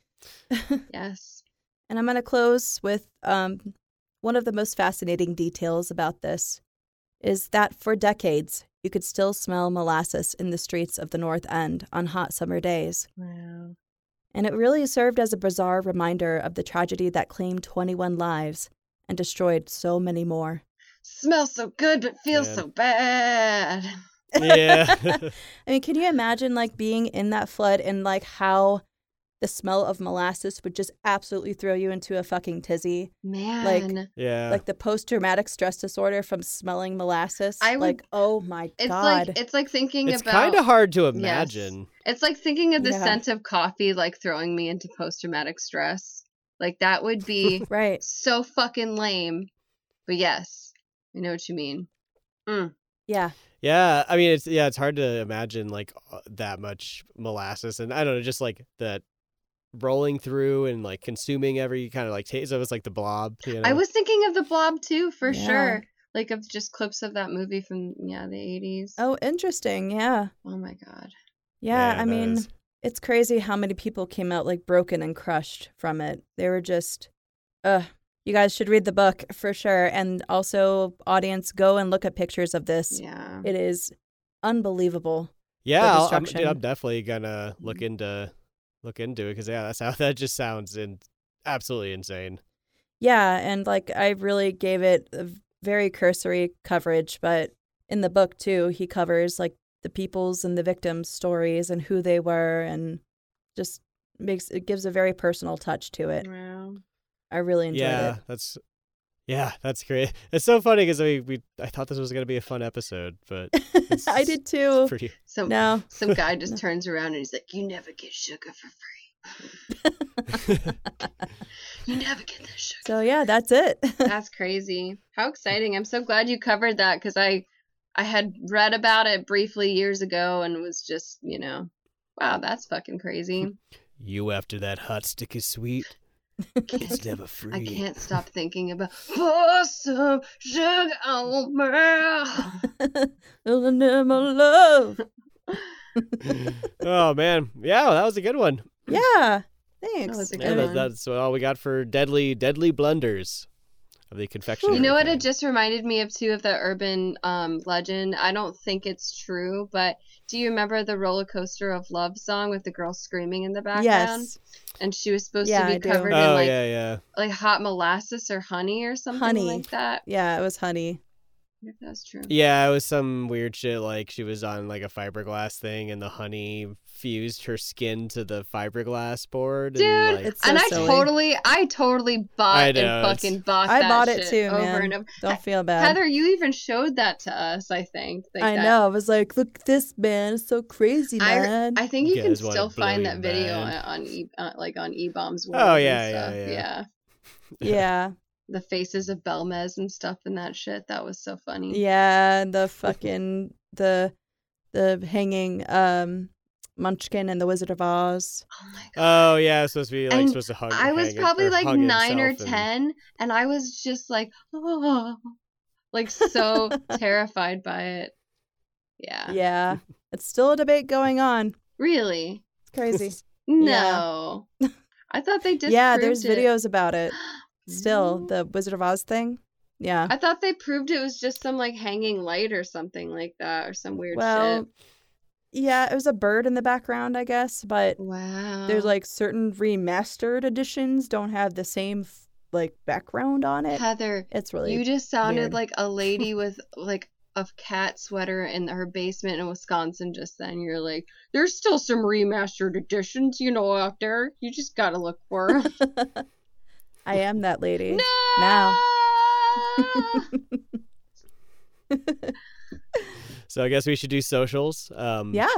yes And I'm going to close with um, one of the most fascinating details about this is that for decades, you could still smell molasses in the streets of the North End on hot summer days. wow And it really served as a bizarre reminder of the tragedy that claimed 21 lives and destroyed so many more. smells so good but feels Yeah. so bad yeah. I mean, can you imagine like being in that flood and like how the smell of molasses would just absolutely throw you into a fucking tizzy? man yeah. like the post traumatic stress disorder from smelling molasses. I would- like, oh my it's god. like it's like thinking it's about kind of hard to imagine. It's like thinking of the Yeah. scent of coffee like throwing me into post traumatic stress. Like that would be right. so fucking lame. But yes, I know what you mean. Yeah. Yeah, I mean it's yeah, it's hard to imagine like uh, that much molasses and I don't know, just like that rolling through and like consuming every kind of like taste of it's like the blob, you know. I was thinking of the blob too, for Yeah. sure. Like of just clips of that movie from yeah, the eighties. Oh. Oh, interesting. Yeah. my god. Yeah. Yeah, I that mean, is. it's crazy how many people came out like broken and crushed from it. They were just, ugh. You guys should read the book for sure. And also, audience, go and look at pictures of this. Yeah. It is unbelievable. Yeah, I'll- I'm, dude, destruction. Mm-hmm. I'm definitely gonna look into look into it because yeah, that's how that just sounds in absolutely insane. Yeah, and like I really gave it a v- very cursory coverage, but in the book too, he covers like the people's and the victims' stories and who they were, and just makes it gives a very personal touch to it. Wow. I really enjoyed yeah, it. that's yeah, that's great. It's so funny because I mean, we I thought this was gonna be a fun episode, but It's- I did Oh. too. pretty Some No, some guy just turns around and he's like, You never get sugar for free. You never get that sugar. so yeah, that's it. That's crazy. How exciting. I'm so glad you covered that cuz I I had read about it briefly years ago and was just, you know, wow, that's fucking crazy. you after that hot stick is sweet. It's never free. I can't stop thinking about pour some sugar on me. Oh, no, my love. oh man, yeah, well, that was a good one. Yeah, That was thanks. Oh, a Yeah, good that, one. that's all we got for deadly deadly blunders of the confectionery. You know what? kind. It just reminded me of too of the urban um, legend. I don't think it's true, but do you remember the roller coaster of love song with the girl screaming in the background? Yes, And she was supposed Yeah, to be I do. covered in Oh like yeah, yeah. like hot molasses or honey or something Honey. like that. yeah, it was honey. If that's true. Yeah, it was some weird shit. Like she was on like a fiberglass thing, and the honey fused her skin to the fiberglass board. and, Dude, like, It's so and I silly. totally, I totally bought I know, and fucking bought I that bought it shit too, over man. and over. Don't feel bad. Heather, you even showed that to us. I think. Like Um, I that. know. I was like, look, at this man is so crazy, I, man. I think you, You can guys wanna still blow find your that video on, mind. on e, uh, like on Ebomb's world. Oh, and yeah, yeah, stuff. yeah. yeah. The faces of Belmez and stuff and that shit. That was so funny. Yeah, and the fucking the the hanging um Munchkin and the Wizard of Oz. Oh my god. Oh yeah, it was supposed to be like And supposed to hug. I was hang it- probably or like hung nine or himself and- ten, and... I was just like, oh, like so terrified by it. Yeah, Yeah. it's still a debate going on. really? It's crazy. No, I thought they disproved yeah, there's it. videos about it. Still, No. the Wizard of Oz thing. Yeah. I thought they proved it was just some like hanging light or something like that or some weird Well, shit. yeah, it was a bird in the background, I guess, but Wow. there's like certain remastered editions don't have the same f- like background on it. Heather, It's really you just sounded weird. like a lady with like a cat sweater in her basement in Wisconsin just then. You're like, there's still some remastered editions, you know, out there. You just gotta look for 'em." I am that lady. no. Now. So I guess we should do socials. Um, Yeah.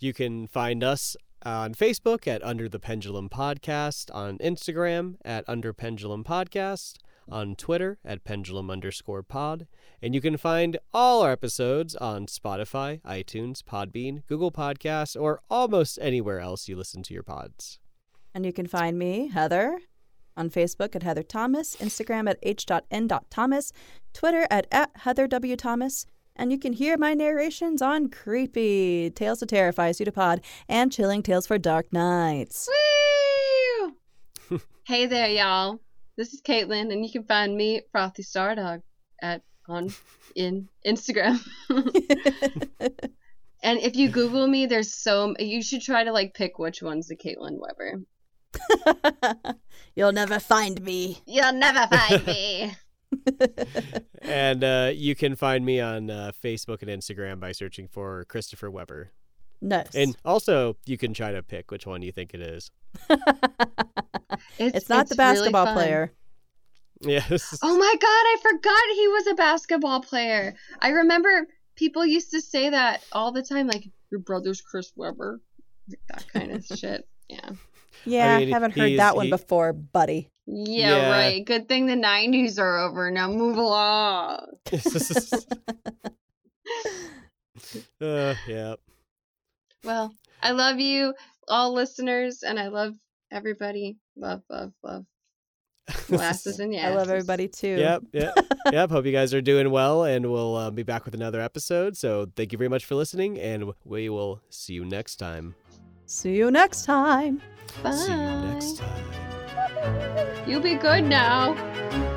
You can find us on Facebook at Under the Pendulum Podcast, on Instagram at Under Pendulum Podcast, on Twitter at Pendulum underscore pod. And you can find all our episodes on Spotify, iTunes, Podbean, Google Podcasts, or almost anywhere else you listen to your pods. And you can find me, Heather, on Facebook at Heather Thomas, Instagram at h.n.thomas, Twitter at, at Heather W. Thomas, and you can hear my narrations on Creepy, Tales to Terrify, Pseudopod, and Chilling Tales for Dark Nights. Woo! hey there, y'all. This is Caitlin, and you can find me at Frothy Stardog at on in Instagram. and if you Google me, there's so you should try to like pick which one's the Caitlin Weber. You'll never find me. You'll never find me. and uh, you can find me on uh, Facebook and Instagram by searching for Christopher Weber. Nice. And also, you can try to pick which one you think it is. it's, it's not it's really the basketball fun. player. Yes. Oh my god, I forgot he was a basketball player. I remember people used to say that all the time, like your brother's Chris Webber, like that kind of shit. Yeah. Yeah, mean, haven't heard he's- that one he- before, buddy. yeah, Yeah. right. Good thing the '90s are over. Now move along. Uh, yeah. Well, I love you, all listeners, and I love everybody. Love, love, love. Glasses and yeah. I love everybody too. Yep, yep, yep. Hope you guys are doing well, and we'll uh, be back with another episode. So, thank you very much for listening, and we will see you next time. See you next time. Bye. See you next time. You be good now.